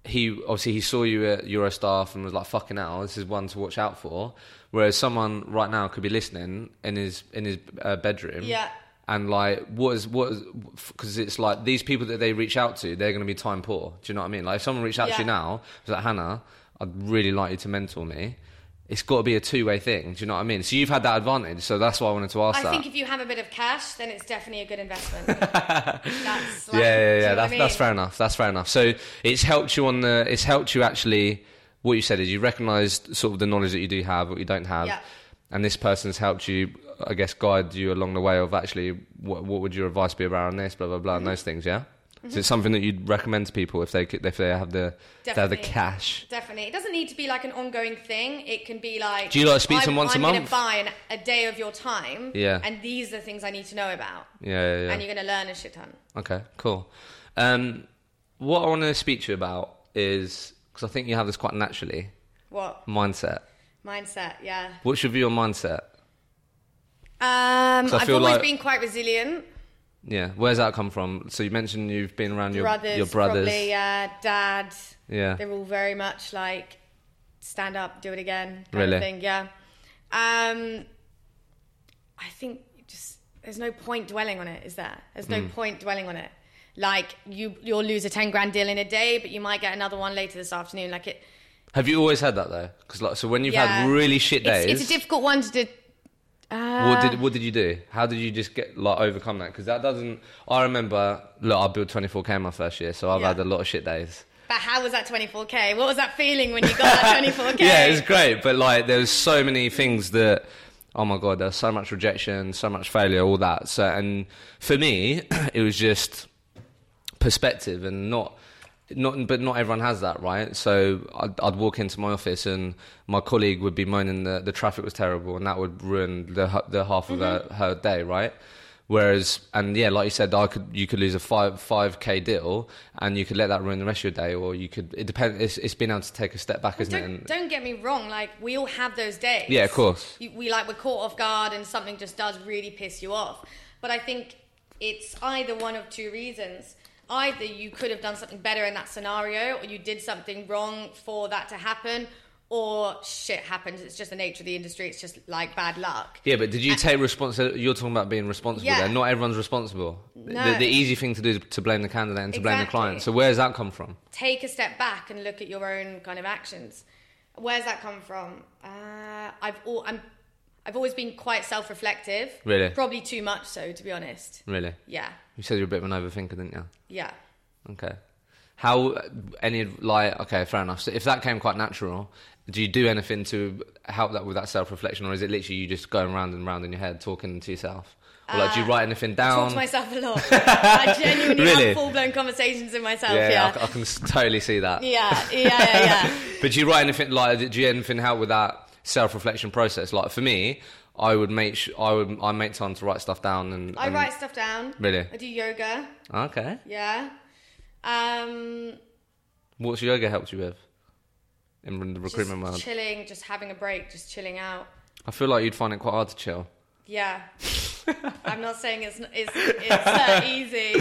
S1: he obviously he saw you at Eurostaff and was like, "Fucking hell, this is one to watch out for." Whereas someone right now could be listening in his in his uh, bedroom,
S2: Yeah.
S1: and like what is what is because it's like these people that they reach out to they're going to be time poor do you know what i mean like if someone reached out to
S2: Yeah.
S1: you now was like hannah i'd really like you to mentor me it's got to be a two-way thing do you know what i mean so you've had that advantage so that's why i wanted to ask
S2: I
S1: that
S2: think if you have a bit of cash, then it's definitely a
S1: *laughs*
S2: good investment. that's
S1: yeah yeah yeah
S2: like, do you know what I
S1: that's,
S2: mean?
S1: that's fair enough that's fair enough so it's helped you on the it's helped you actually what you said is you recognized sort of the knowledge that you do have what you don't have
S2: Yeah.
S1: and this person's helped you i guess guide you along the way of actually what, what would your advice be around this blah blah blah
S2: Mm-hmm.
S1: and those things yeah so it's something that you'd recommend to people if they could- if they have the if they have the
S2: Definitely.
S1: cash
S2: Definitely. It doesn't need to be like an ongoing thing. It can be like.
S1: Do you like speak to
S2: I'm-
S1: them once a
S2: I'm
S1: month?
S2: going to buy an, a day of your time.
S1: Yeah.
S2: And these are the things I need to know about.
S1: yeah yeah, yeah.
S2: And you're going to learn a shit ton.
S1: Okay, cool. Um, what I want to speak to you about is because I think you have this quite naturally
S2: What?
S1: mindset.
S2: Mindset, yeah.
S1: What's your view on mindset?
S2: Um,
S1: I
S2: I've
S1: feel
S2: always
S1: like-
S2: been quite resilient.
S1: Yeah, where's that come from? So you mentioned you've been around your
S2: brothers,
S1: your brothers.
S2: probably, yeah. Dad.
S1: yeah.
S2: They're all very much like stand up, do it again kind
S1: Really?
S2: of thing. Yeah. Um, I think just there's no point dwelling on it, is there? There's
S1: Hmm.
S2: no point dwelling on it. Like you, you'll lose a ten grand deal in a day, but you might get another one later this afternoon. Like it,
S1: Have you always had that though? Because like, so when you've had
S2: Yeah.
S1: really shit
S2: it's,
S1: days,
S2: it's a Uh. difficult one to do.
S1: what did what did you do? How did you just get like overcome that? Because that doesn't. I remember. Look, I built 24k my first year, so I've
S2: Yeah.
S1: had a lot of shit days.
S2: But how was that 24k? What was that feeling when you
S1: *laughs*
S2: got that *laughs* 24k?
S1: Yeah, it was great, but like there was so many things that oh my god, there's so much rejection, so much failure, all that. So and for me, *clears throat* it was just perspective and not not but not everyone has that right so I'd, I'd walk into my office and my colleague would be moaning that the traffic was terrible and that would ruin the h- the half of her, her day right whereas and yeah like you said I could you could lose a 5 5k deal and you could let that ruin the rest of your day or you could it depends it's, it's been able to take a step back isn't it
S2: don't,
S1: and,
S2: don't get me wrong. Like we all have those days.
S1: Yeah, of course.
S2: You, we like we're caught off guard and something just does really piss you off. But I think it's either one of two reasons. Either you could have done something better in that scenario, or you did something wrong for that to happen, or shit happens. It's just the nature of the industry. It's just like bad luck.
S1: yeah, but did you take responsibility? You're talking about being responsible
S2: Uh, Yeah.
S1: there. Not everyone's responsible. The,
S2: No.
S1: the easy thing to do is to blame the candidate and to blame the
S2: Exactly.
S1: client. So where does that come from?
S2: take a step back and look at your own kind of actions. Where's that come from? Uh, I've all, I'm, I've always been quite self-reflective.
S1: Really?
S2: Probably too much so, to be honest.
S1: Really?
S2: Yeah,
S1: You said you're a bit of an overthinker, didn't you?
S2: yeah.
S1: Okay. How any like okay, fair enough. So if that came quite natural, do you do anything to help that with that self reflection, or is it literally you just going round and round in your head talking to yourself? Or like do you write anything
S2: Uh, Talk
S1: down?
S2: to myself a
S1: *laughs*
S2: lot. I genuinely
S1: Um, Really?
S2: have full-blown conversations with myself.
S1: yeah,
S2: Yeah,
S1: I, I can s- totally see that.
S2: yeah, yeah, yeah. yeah.
S1: *laughs* But do you write anything like do you anything help with that self reflection process? Like for me, I would make sh- I would I make time to write stuff down and,
S2: I
S1: and-
S2: write stuff down.
S1: Um, Really?
S2: I do yoga.
S1: Okay.
S2: Yeah. Um,
S1: What's yoga helped you with in the
S2: just
S1: recruitment world?
S2: chilling, just having a break, just chilling out.
S1: I feel like you'd find it quite hard to chill.
S2: Yeah.
S1: *laughs*
S2: I'm not saying it's it's, it's uh, easy.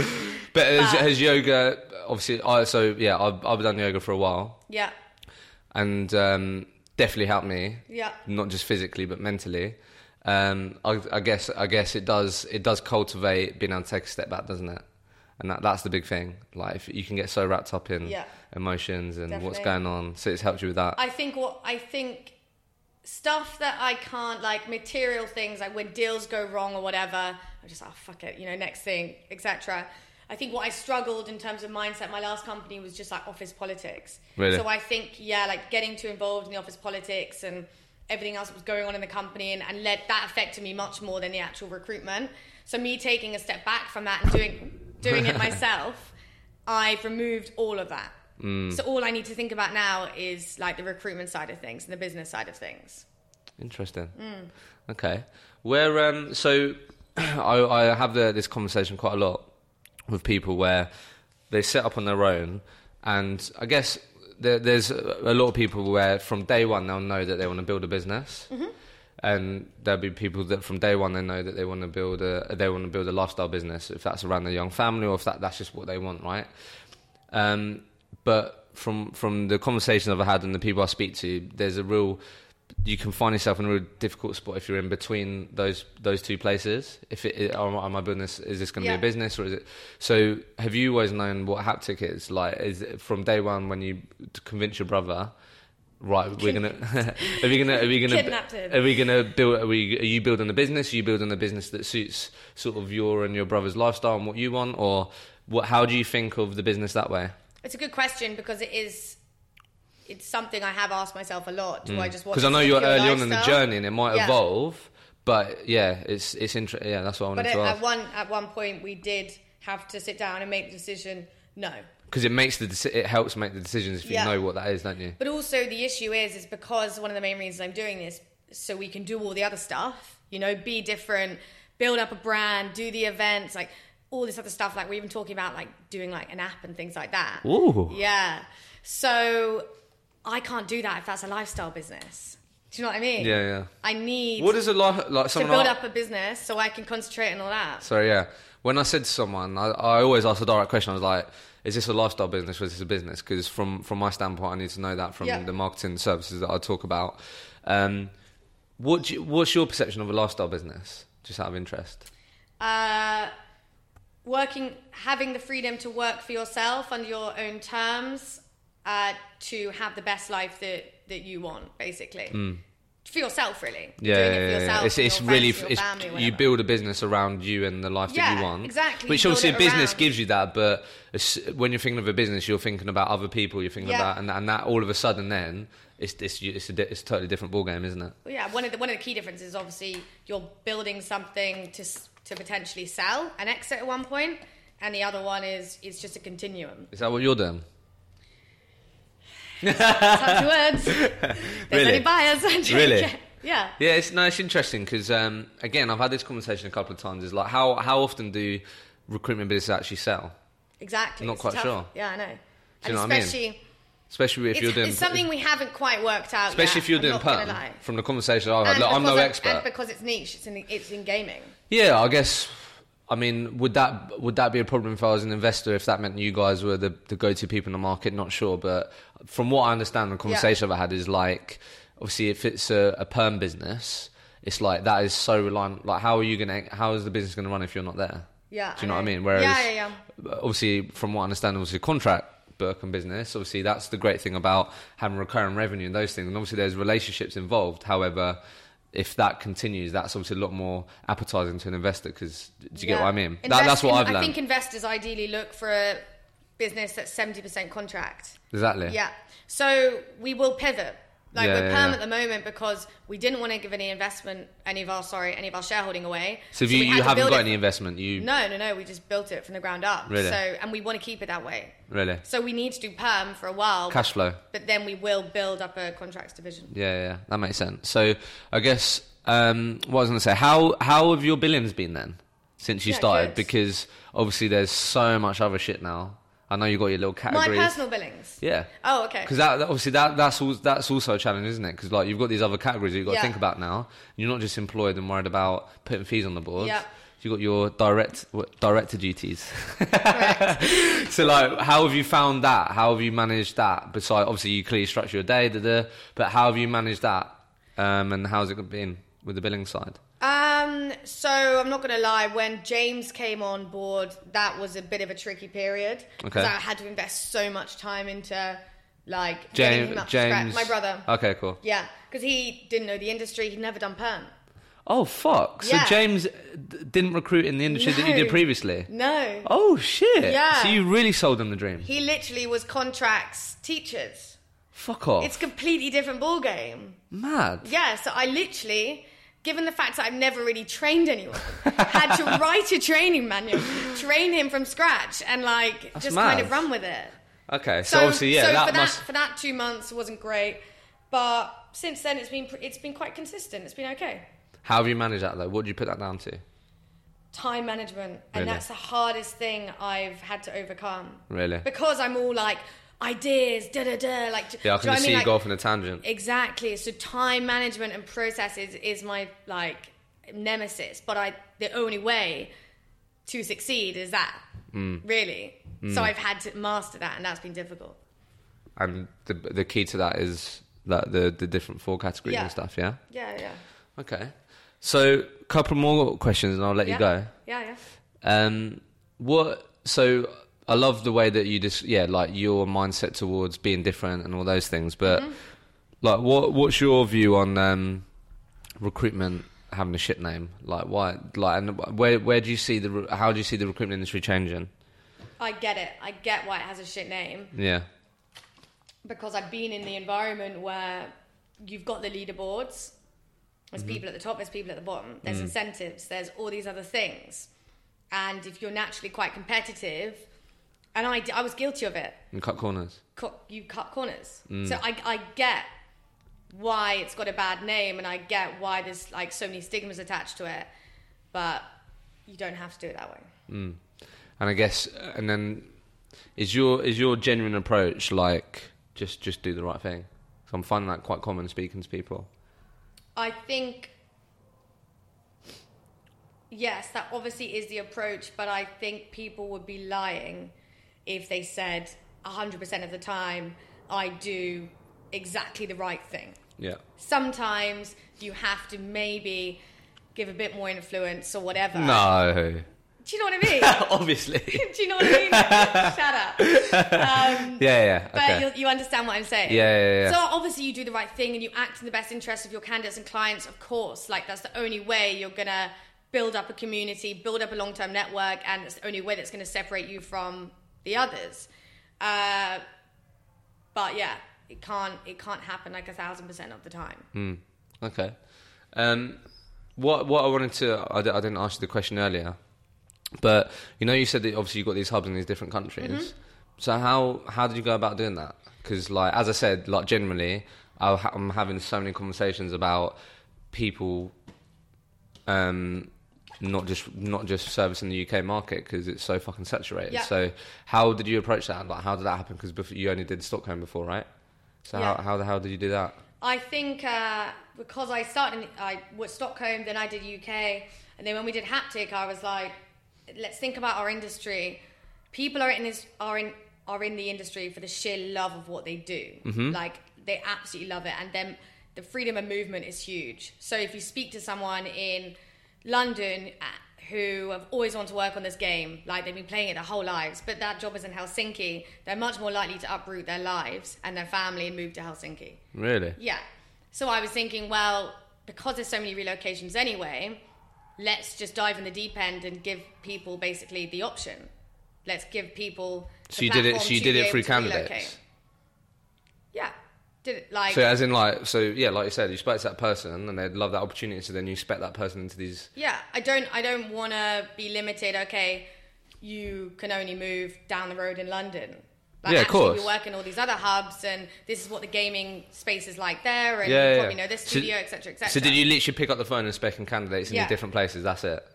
S1: But has, has yoga obviously? I so yeah, I've I've done yoga for a while,
S2: Yeah.
S1: and um, definitely helped me.
S2: Yeah.
S1: Not just physically, but mentally. Um, I, I guess I guess it does it does cultivate being able to take a step back, doesn't it? And that that's the big thing. Like if you can get so wrapped up in
S2: Yeah.
S1: emotions and what's
S2: Definitely.
S1: going on, so it's helped you with that.
S2: I think what I think stuff that I can't like material things like when deals go wrong or whatever, I'm just oh fuck it, you know, next thing, etc. I think what I struggled in terms of mindset, my last company was just like office politics.
S1: Really?
S2: So I think yeah, like getting too involved in the office politics and everything else that was going on in the company and, and let that affected me much more than the actual recruitment. So me taking a step back from that and doing doing it myself, I've removed all of that.
S1: Mm.
S2: So all I need to think about now is like the recruitment side of things and the business side of things.
S1: Interesting.
S2: Mm.
S1: Okay. Where um so *clears throat* I I have the, this conversation quite a lot with people where they set up on their own and I guess there, there's a a lot of people where from day one they'll know that they want to build a
S2: Mm-hmm.
S1: business. And there'll be people that from day one they know that they want to build a they want to build a lifestyle business if that's around their young family or if that, that's just what they want, right? Um, but from from the conversations I've had and the people I speak to, there's a real you can find yourself in a real difficult spot if you're in between those those two places. If it, it am, am I business? Is this going to
S2: Yeah.
S1: be a business or is it? So have you always known what haptic is like? Is it from day one when you to convince your brother? Right, we're gonna. *laughs* are we gonna? Are we gonna?
S2: Kidnapped him.
S1: Are we gonna build? Are we? Are you building a business? Are you building a business that suits sort of your and your brother's lifestyle and what you want, or what? How do you think of the business that way?
S2: It's a good question because it is. It's something I have asked myself a lot. Do I just want?
S1: Because Mm. I
S2: to
S1: know
S2: live
S1: you're
S2: your
S1: early on in the
S2: lifestyle?
S1: journey and it might
S2: Yeah.
S1: evolve, but yeah, it's it's interesting. Yeah, that's what I wanted
S2: But at,
S1: to
S2: at
S1: ask
S2: one at one point, we did have to sit down and make the decision. No,
S1: because it makes the deci- it helps make the decisions if you
S2: Yeah.
S1: know what that is, don't you?
S2: but also the issue is is because one of the main reasons I'm doing this so we can do all the other stuff. You know, be different, build up a brand, do the events, like all this other stuff. Like we're even talking about like doing like an app and things like that.
S1: Ooh.
S2: Yeah. So I can't do that if that's a lifestyle business. Do you know what I mean?
S1: Yeah, yeah.
S2: I need
S1: What is it like? Like
S2: to
S1: someone
S2: build
S1: I-
S2: up a business so I can concentrate on all that.
S1: So yeah, when I said to someone, I, I always ask a direct question. I was like, "Is this a lifestyle business or is this a business?" Because from from my standpoint, I need to know that from
S2: Yeah.
S1: the marketing services that I talk about. Um, what do you, what's your perception of a lifestyle business? Just out of interest.
S2: Uh, working, having the freedom to work for yourself under your own terms uh, to have the best life that, that you want, basically. For yourself, really.
S1: Mm. Yeah,
S2: Doing
S1: yeah,
S2: it
S1: yeah,
S2: for
S1: yeah.
S2: yourself.
S1: it's
S2: for
S1: it's
S2: your
S1: really
S2: friends, your
S1: it's,
S2: family,
S1: you
S2: whatever.
S1: build a business around you and the life that
S2: Yeah,
S1: you want.
S2: exactly.
S1: Which
S2: You build
S1: obviously a
S2: it
S1: business
S2: around.
S1: gives you that, but as- when you're thinking of a business, you're thinking about other people. You're thinking
S2: Yeah.
S1: about and, and that all of a sudden then it's it's it's a, di- it's a totally different ballgame, isn't it?
S2: Well, yeah, one of the one of the key differences is obviously you're building something to s- to potentially sell and exit at one point, and the other one is it's just
S1: *laughs*
S2: a continuum.
S1: Is that what you're doing?
S2: Touch words. There's
S1: Really?
S2: only buyers. *laughs*
S1: Really?
S2: Yeah.
S1: Yeah, it's no, it's interesting because um, again, I've had this conversation a couple of times. Is like how how often do recruitment businesses actually sell,
S2: Exactly.
S1: Not
S2: It's
S1: quite
S2: tough.
S1: sure.
S2: Yeah, I know.
S1: you
S2: and
S1: know what I mean?
S2: especially,
S1: especially if
S2: it's,
S1: you're doing
S2: it's something we haven't quite worked out.
S1: especially
S2: yet,
S1: if you're
S2: I'm
S1: doing
S2: not gonna
S1: perm.
S2: lie.
S1: From the conversation I've had,
S2: And
S1: like, I'm no
S2: because
S1: expert.
S2: And because it's niche, it's in it's in gaming.
S1: Yeah, I guess. I mean, would that would that be a problem if I was an investor? If that meant you guys were the, the go to people in the market, not sure. But from what I understand, the conversation I've had is like, obviously, if it's a, a perm business, it's like that is so reliant. Like, how are you gonna? How is the business gonna run if you're not there?
S2: Yeah,
S1: do you know,
S2: I
S1: what I
S2: know.
S1: mean? Whereas,
S2: Yeah, yeah,
S1: obviously, from what I understand, obviously, contract book and business. Obviously, that's the great thing about having recurring revenue and those things. And obviously, there's relationships involved. However, if that continues, that's obviously a lot more appetizing to an investor. Because do you get
S2: Yeah.
S1: what I mean? That,
S2: Invest-
S1: that's what I've
S2: I
S1: learned.
S2: think investors ideally look for a business that's seventy percent contract.
S1: exactly.
S2: Yeah. So we will pivot. Like
S1: Yeah,
S2: we're
S1: yeah,
S2: perm
S1: yeah.
S2: at the moment because we didn't want to give any investment, any of our sorry, any of our shareholding away.
S1: So if you,
S2: we had
S1: you
S2: to
S1: haven't
S2: build
S1: got
S2: it-
S1: any investment, you
S2: No, no, no. We just built it from the ground up.
S1: Really?
S2: So and we want to keep it that way.
S1: really
S2: So we need to do perm for a while.
S1: cash flow.
S2: But then we will build up a contracts division.
S1: Yeah, yeah, that makes sense. So I guess um, what I was going to say, how how have your billings been then since you
S2: Yeah,
S1: started?
S2: good.
S1: Because obviously there's so much other shit now. I know you got your little
S2: My
S1: categories.
S2: personal billings.
S1: yeah.
S2: Oh, okay.
S1: Because that, that- obviously that that's all, that's also a challenge, isn't it? Because like you've got these other categories that you've got to
S2: Yeah.
S1: think about now. You're not just employed and worried about putting fees on the board.
S2: Yeah.
S1: You got your direct what, director duties.
S2: Correct.
S1: *laughs* so like, how have you found that? How have you managed that? Besides, obviously you clearly structure your day, da, da, but how have you managed that? Um, and how's it been with the billing side?
S2: Um, so I'm not gonna lie, when James came on board, that was a bit of a tricky period. Because
S1: Okay.
S2: I had to invest so much time into like getting
S1: James,
S2: him up to
S1: James, uh,
S2: scratch. My brother.
S1: Okay, cool.
S2: yeah. Because he didn't know the industry, he'd never done perm.
S1: Oh fuck! So
S2: Yeah.
S1: James uh, d- didn't recruit in the industry that you
S2: No.
S1: did previously.
S2: No.
S1: Oh shit!
S2: Yeah.
S1: So you really sold them the dream.
S2: He literally was contracts teachers.
S1: Fuck off!
S2: It's a completely different ballgame.
S1: mad.
S2: Yeah, so I literally, given the fact that I've never really
S1: *laughs*
S2: trained anyone, had to write a training manual, train him from scratch, and like just kind
S1: mad.
S2: of run with it.
S1: Okay, so, obviously, yeah,
S2: so
S1: that
S2: for
S1: must.
S2: that for that two months wasn't great, but since then it's been pr- it's been quite consistent. It's been okay.
S1: How have you managed that though? What do you put that down to?
S2: Time management,
S1: Really?
S2: and that's the hardest thing I've had to overcome.
S1: Really?
S2: because I'm all like ideas, da da da, like do-
S1: Yeah, I can
S2: do you know what
S1: just see
S2: mean?
S1: you
S2: Like,
S1: go off on a tangent.
S2: Exactly. So time management and processes is my like nemesis, but I the only way to succeed is that.
S1: Mm.
S2: Really. So I've had to master that and that's been difficult.
S1: And the the key to that is like the the different four categories
S2: Yeah.
S1: and stuff. Yeah.
S2: Yeah, yeah.
S1: Okay. So, couple more questions, and I'll let
S2: yeah.
S1: you go.
S2: Yeah, yeah.
S1: Um, what? So, I love the way that you just yeah, like your mindset towards being different and all those things. But like, what what's your view on um, recruitment having a shit name? Like, why? Like, and where where do you see the re- how do you see the recruitment industry changing?
S2: I get it. I get why it has a shit name
S1: Yeah.
S2: because I've been in the environment where you've got the leaderboards. There's people at the top, there's people at the bottom, there's incentives, there's all these other things. And if you're naturally quite competitive, and I, d- I was guilty of it,
S1: And cut corners.
S2: cut, you cut corners. So I, I get why it's got a bad name and I get why there's like so many stigmas attached to it, but you don't have to do it that way.
S1: And I guess, and then is your is your genuine approach like just just do the right thing? 'Cause I'm finding that quite common speaking to people.
S2: I think yes, that obviously is the approach, but I think people would be lying if they said 100% of the time I do exactly the right thing.
S1: Yeah.
S2: Sometimes you have to maybe give a bit more influence or whatever.
S1: No.
S2: Do you know what I mean? *laughs*
S1: Obviously.
S2: do you know what I mean? Shut up.
S1: Yeah, yeah.
S2: But
S1: Okay.
S2: you you understand what I'm saying.
S1: Yeah, yeah, yeah.
S2: So obviously you do the right thing and you act in the best interest of your candidates and clients, of course. Like that's the only way you're gonna build up a community, build up a long term network, and it's the only way that's gonna separate you from the others. Uh, but yeah, it can't it can't happen like a thousand percent of the time.
S1: Okay. Um, what what I wanted to I, d- I didn't ask you the question earlier, but you know you said that obviously you've got these hubs in these different countries.
S2: Mm-hmm.
S1: So how how did you go about doing that? Because like as I said, like generally I'll ha- I'm having so many conversations about people, um, not just not just servicing the UK market because it's so fucking saturated.
S2: Yeah.
S1: So how did you approach that? Like how did that happen? Because you only did Stockholm before, right? So
S2: Yeah.
S1: how how the hell did you do that?
S2: I think uh, because I started, I was Stockholm, then I did UK, and then when we did Haptic, I was like, let's think about our industry. People are in this, are in are in the industry for the sheer love of what they do. Like they absolutely love it, and then the freedom of movement is huge. So if you speak to someone in London uh, who have always wanted to work on this game, like they've been playing it their whole lives, but that job is in Helsinki, they're much more likely to uproot their lives and their family and move to Helsinki.
S1: Really?
S2: Yeah. So I was thinking, well, because there's so many relocations anyway, let's just dive in the deep end and give people basically the option. Let's give people.
S1: So
S2: the
S1: you did it.
S2: platform
S1: So you
S2: to
S1: did
S2: be
S1: it
S2: able
S1: through
S2: to
S1: candidates.
S2: relocate. Yeah, did it like
S1: So uh, as in like so yeah, like you said, you spoke to that person and they'd love that opportunity. So then you spec that person into these.
S2: yeah. I don't. I don't want to be limited. Okay, you can only move down the road in London. Like,
S1: Yeah, of
S2: actually,
S1: course.
S2: We work in all these other hubs, and this is what the gaming space is like there, and
S1: Yeah,
S2: you
S1: yeah,
S2: probably
S1: yeah.
S2: know this
S1: So-
S2: studio, etc., cetera, etc.
S1: So did you literally pick up the phone and spec in candidates in
S2: Yeah.
S1: these different places? That's it.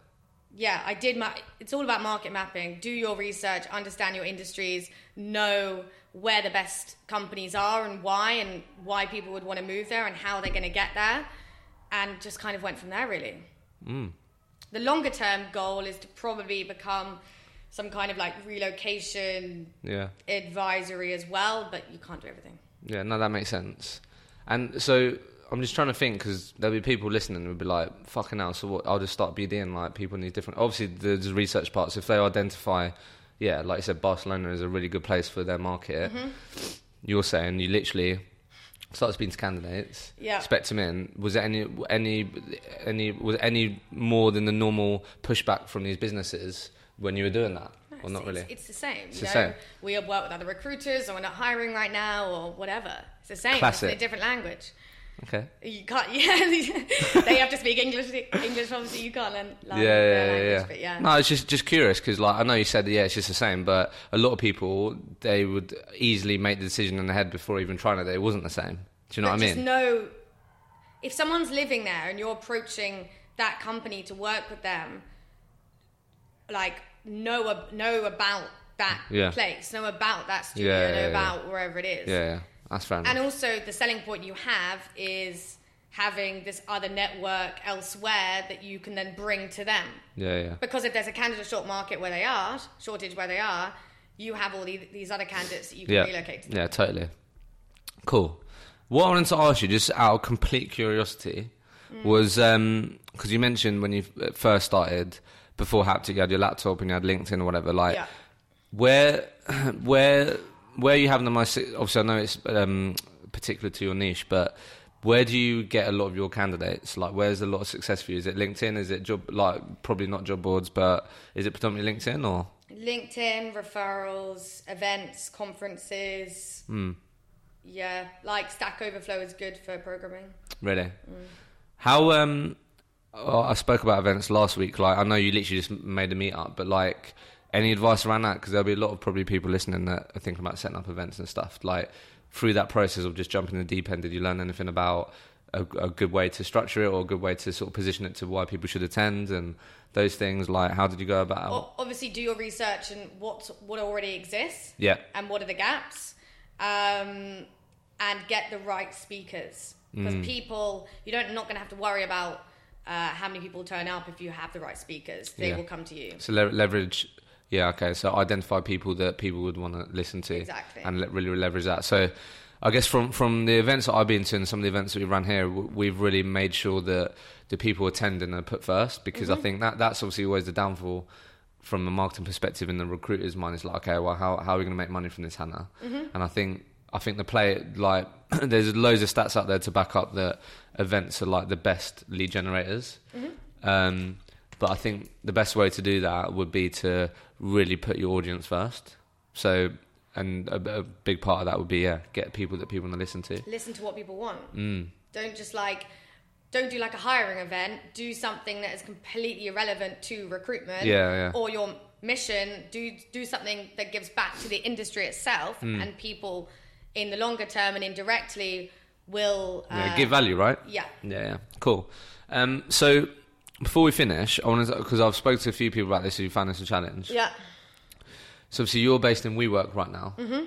S2: yeah, I did. Ma- it's all about market mapping. Do your research, understand your industries, know where the best companies are and why, and why people would want to move there and how they're going to get there, and just kind of went from there. Really,
S1: Mm.
S2: the longer term goal is to probably become some kind of like relocation
S1: Yeah.
S2: advisory as well, but you can't do everything.
S1: Yeah. No, that makes sense. And so I'm just trying to think because there'll be people listening who'll be like, "Fucking hell!" So what? I'll just start BDing like people in these different. Obviously, there's the research parts. If they identify, yeah, like you said, Barcelona is a really good place for their market.
S2: Mm-hmm.
S1: You're saying you literally started speaking to candidates.
S2: Yeah.
S1: Spec them in. Was there any any any was there any more than the normal pushback from these businesses when you were doing that, or
S2: It's-
S1: not really?
S2: It's, it's the same.
S1: It's
S2: you
S1: the
S2: know?
S1: same.
S2: We have worked with other recruiters, or we're not hiring right now, or whatever. It's the same.
S1: Classic.
S2: It's in a different language.
S1: okay.
S2: You can't. *laughs* Yeah, they have to speak English. English, obviously, you can't learn.
S1: Yeah,
S2: learn their
S1: yeah, yeah,
S2: language,
S1: yeah.
S2: But yeah,
S1: No, it's just just curious because like I know you said that, yeah, it's just the same, but a lot of people they would easily make the decision in their head before even trying it that it wasn't the same. Do you know
S2: but
S1: what I
S2: just
S1: mean?
S2: know if someone's living there and you're approaching that company to work with them, like know ab- know about that
S1: Yeah.
S2: place, know about that studio,
S1: Yeah, yeah,
S2: know
S1: yeah,
S2: about wherever it is.
S1: yeah, yeah, that's fair. Enough.
S2: And also, the selling point you have is having this other network elsewhere that you can then bring to them.
S1: yeah, yeah.
S2: Because if there's a candidate short market where they are, shortage where they are, you have all the, these other candidates that you can
S1: yeah.
S2: relocate to.
S1: Yeah, totally. Cool. What I wanted to ask you, just out of complete curiosity,
S2: Mm.
S1: was because you mentioned when you f- first started, before Haptic, you had your laptop and you had LinkedIn or whatever. Like,
S2: Yeah.
S1: where, where, where are you having the most? Obviously, I know it's um, particular to your niche, but where do you get a lot of your candidates? Like, where's a lot of success for you? Is it LinkedIn? Is it job? Like, probably not job boards, but is it predominantly LinkedIn or?
S2: LinkedIn, referrals, events, conferences.
S1: Hmm.
S2: Yeah, like Stack Overflow is good for programming.
S1: Really? How um oh, I spoke about events last week. Like I know you literally just made a meet up, but like any advice around that? Because there'll be a lot of probably people listening that are thinking about setting up events and stuff. Like through that process of just jumping in the deep end, did you learn anything about a, a good way to structure it or a good way to sort of position it to why people should attend and those things? Like how did you go about?
S2: O- Obviously, do your research and what what already exists.
S1: Yeah,
S2: and what are the gaps um, and get the right speakers because
S1: Hmm.
S2: people you don't not going to have to worry about uh, how many people turn up if you have the right speakers they
S1: Yeah.
S2: will come to you
S1: so le- leverage. Yeah, okay. So identify people that people would want to listen to.
S2: exactly
S1: and le- really leverage that. So, I guess from from the events that I've been to and some of the events that we ran here, w- we've really made sure that the people attending are put first because I think that that's obviously always the downfall from a marketing perspective in the recruiter's mind. It's like, okay, well, how how are we going to make money from this, Hannah? And I think I think the play like *clears throat* there's loads of stats out there to back up that events are like the best lead generators. Um, but I think the best way to do that would be to really put your audience first. So, and a, a big part of that would be yeah, get people that people want to listen to.
S2: listen to what people want
S1: Mm.
S2: don't just like don't do like a hiring event do something that is completely irrelevant to recruitment
S1: Yeah, yeah.
S2: or your mission do do something that gives back to the industry itself
S1: Mm.
S2: and people in the longer term and indirectly will uh,
S1: yeah, give value, right?
S2: yeah
S1: Yeah, yeah. cool. Um, so before we finish, I want to because I've spoke to a few people about this who found this a challenge.
S2: Yeah.
S1: So obviously you're based in WeWork right now. Mm-hmm.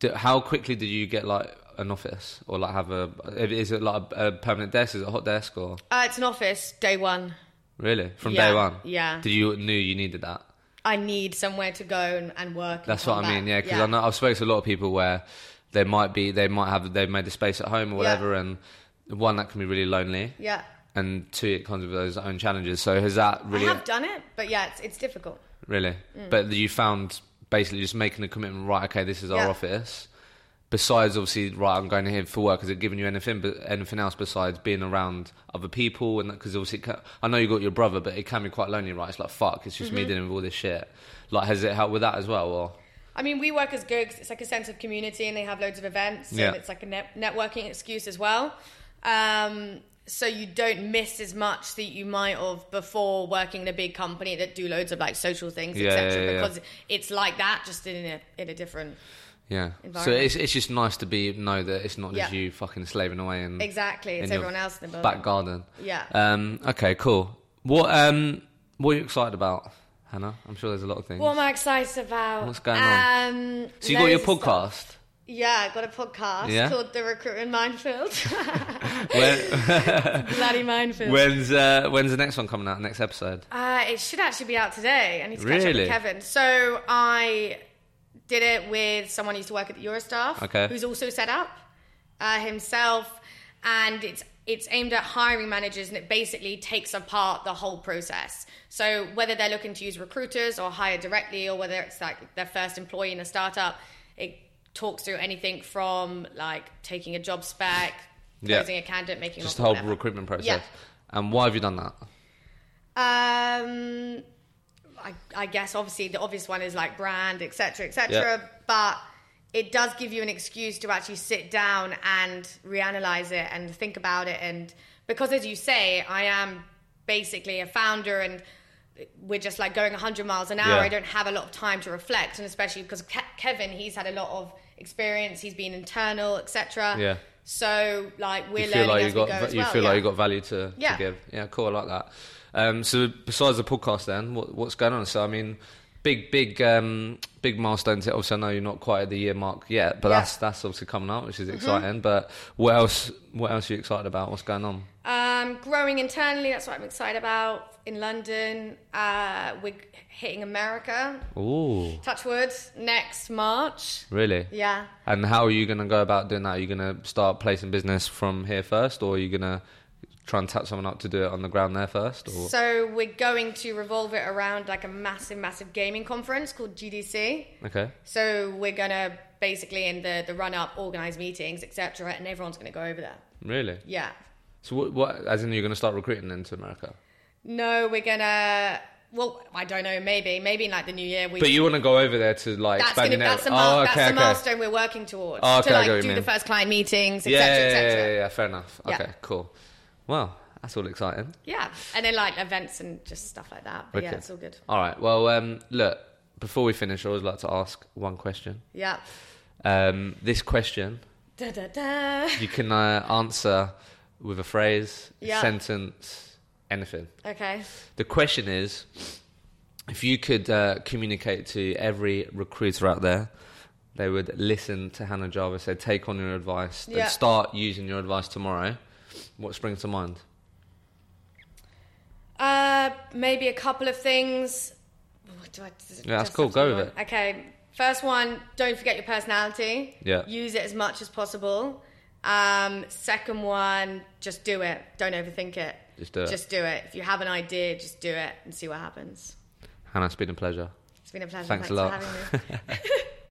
S1: Do, how quickly did you get like an office or like have a? Is it like a, a permanent desk? Is it a hot desk or
S2: Uh, it's an office, day one.
S1: really from
S2: Yeah,
S1: day one?
S2: yeah.
S1: Did you knew you needed that?
S2: I need somewhere to go and, and work. and
S1: That's what
S2: come
S1: I mean,
S2: back.
S1: yeah. Because I know I've spoken to a lot of people where they might be, they might have, they've made a space at home or whatever, and one that can be really lonely,
S2: Yeah.
S1: and two it comes with those own challenges. So has that really,
S2: I have Mm. done it, but yeah, it's, it's difficult.
S1: really? But you found basically just making a commitment, right? Okay, this is our
S2: Yeah.
S1: office. Besides, obviously, right, I'm going here for work. Has it given you anything, but anything else besides being around other people? And because obviously, it ca I know you got your brother, but it can be quite lonely, right? It's like fuck, it's
S2: Mm-hmm.
S1: just me dealing with all this shit. Like, has it helped with that as well? Or
S2: I mean, we work as good 'cause it's like a sense of community and they have loads of events.
S1: Yeah.
S2: And it's like a net- networking excuse as well. Um, so you don't miss as much that you might have before working in a big company that do loads of like social things,
S1: Yeah,
S2: etc.
S1: yeah, yeah.
S2: Because it's like that, just in a in a different
S1: Yeah. So
S2: environment.
S1: it's it's just nice to be know that it's not just
S2: Yeah.
S1: you fucking slaving away and
S2: exactly. It's
S1: In your
S2: everyone else in the building.
S1: back garden.
S2: Yeah.
S1: Um. Okay. Cool. What um What are you excited about, Hannah? I'm sure there's a lot of things.
S2: What am I excited about?
S1: What's going
S2: on? Um,
S1: so you got your
S2: loads of stuff. *laughs*
S1: podcast.
S2: Yeah, I got a podcast
S1: Yeah?
S2: called The Recruitment Minefield. *laughs*
S1: When,
S2: Bloody minefield.
S1: when's uh When's the next one coming out? Next episode.
S2: Uh, it should actually be out today. I need to catch up
S1: Really?
S2: with Kevin. So I did it with someone who used to work at the Eurostaff,
S1: Okay.
S2: who's also set up uh, himself, and it's it's aimed at hiring managers, and it basically takes apart the whole process. So whether they're looking to use recruiters or hire directly, or whether it's like their first employee in a startup, it talks through anything from like taking a job spec,
S1: Yeah.
S2: closing a candidate, making an
S1: Just
S2: offer,
S1: the whole
S2: Oh, whatever.
S1: recruitment process.
S2: Yeah.
S1: And why have you done that?
S2: Um, I, I guess obviously the obvious one is like brand, etc., etc.
S1: Yeah.
S2: But it does give you an excuse to actually sit down and reanalyze it and think about it. And because, as you say, I am basically a founder and we're just like going 100 miles an hour.
S1: Yeah.
S2: I don't have a lot of time to reflect, and especially because Ke- Kevin, he's had a lot of experience. He's been internal, etc.
S1: Yeah.
S2: So like we're
S1: you
S2: learning
S1: feel like
S2: as
S1: you
S2: we
S1: got
S2: go. as
S1: you
S2: well,
S1: feel
S2: yeah.
S1: like you got value to, to
S2: Yeah.
S1: give. Yeah, cool. I like that. Um, so besides the podcast, then what, what's going on? So I mean, big, big, um, big milestones. Obviously, I know you're not quite at the year mark yet, but
S2: Yeah. Mm-hmm.
S1: that's that's obviously coming up, which is exciting. But what else? What else are you excited about? What's going on?
S2: Um, growing internally, that's what I'm excited about. In London, uh, we're hitting America.
S1: Ooh,
S2: Touchwood next March.
S1: really?
S2: Yeah.
S1: And how are you going to go about doing that? Are you going to start placing business from here first, or are you going to try and tap someone up to do it on the ground there first? Or
S2: So we're going to revolve it around like a massive, massive gaming conference called GDC.
S1: okay,
S2: So we're gonna basically in the the run up organize meetings, etc., and everyone's gonna go over there.
S1: really?
S2: Yeah.
S1: So what? what as in, you're going to start recruiting into America?
S2: No, we're gonna. Well, I don't know. Maybe, maybe in like the new year. We,
S1: But you want to go over there to like
S2: that's
S1: expand
S2: gonna
S1: your
S2: that's a,
S1: network.
S2: mile
S1: oh, okay,
S2: that's a
S1: okay.
S2: milestone we're working towards
S1: Oh, okay, I
S2: to
S1: get what
S2: like
S1: you
S2: do the
S1: mean.
S2: first client meetings, etc.,
S1: yeah, yeah,
S2: etc.
S1: yeah, yeah, yeah, fair enough.
S2: Yeah.
S1: Okay, cool. Well, that's all exciting.
S2: Yeah, and then like events and just stuff like that. But yeah,
S1: Okay.
S2: it's all good.
S1: All right. Well, um, look, before we finish, I always like to ask one question.
S2: Yeah.
S1: Um, this question
S2: Da, da, da.
S1: you can uh, answer with a phrase, a
S2: Yeah.
S1: sentence, anything.
S2: Okay.
S1: The question is if you could uh, communicate to every recruiter out there, they would listen to Hannah Jarvis, they'd take on your advice, they'd
S2: Yeah.
S1: start using your advice tomorrow. What springs to mind?
S2: Uh, maybe a couple of things. What do I,
S1: Yeah, that's
S2: just
S1: cool.
S2: have to
S1: Go
S2: do
S1: with
S2: one? Okay. First one, don't forget your personality.
S1: Yeah.
S2: Use it as much as possible. Um, second one, just do it. Don't overthink it.
S1: Just uh, do it.
S2: Just do it. If you have an idea, just do it and see what happens.
S1: Hannah, it's been a pleasure.
S2: It's been a pleasure.
S1: Thanks a *laughs*
S2: for
S1: lot.
S2: having me.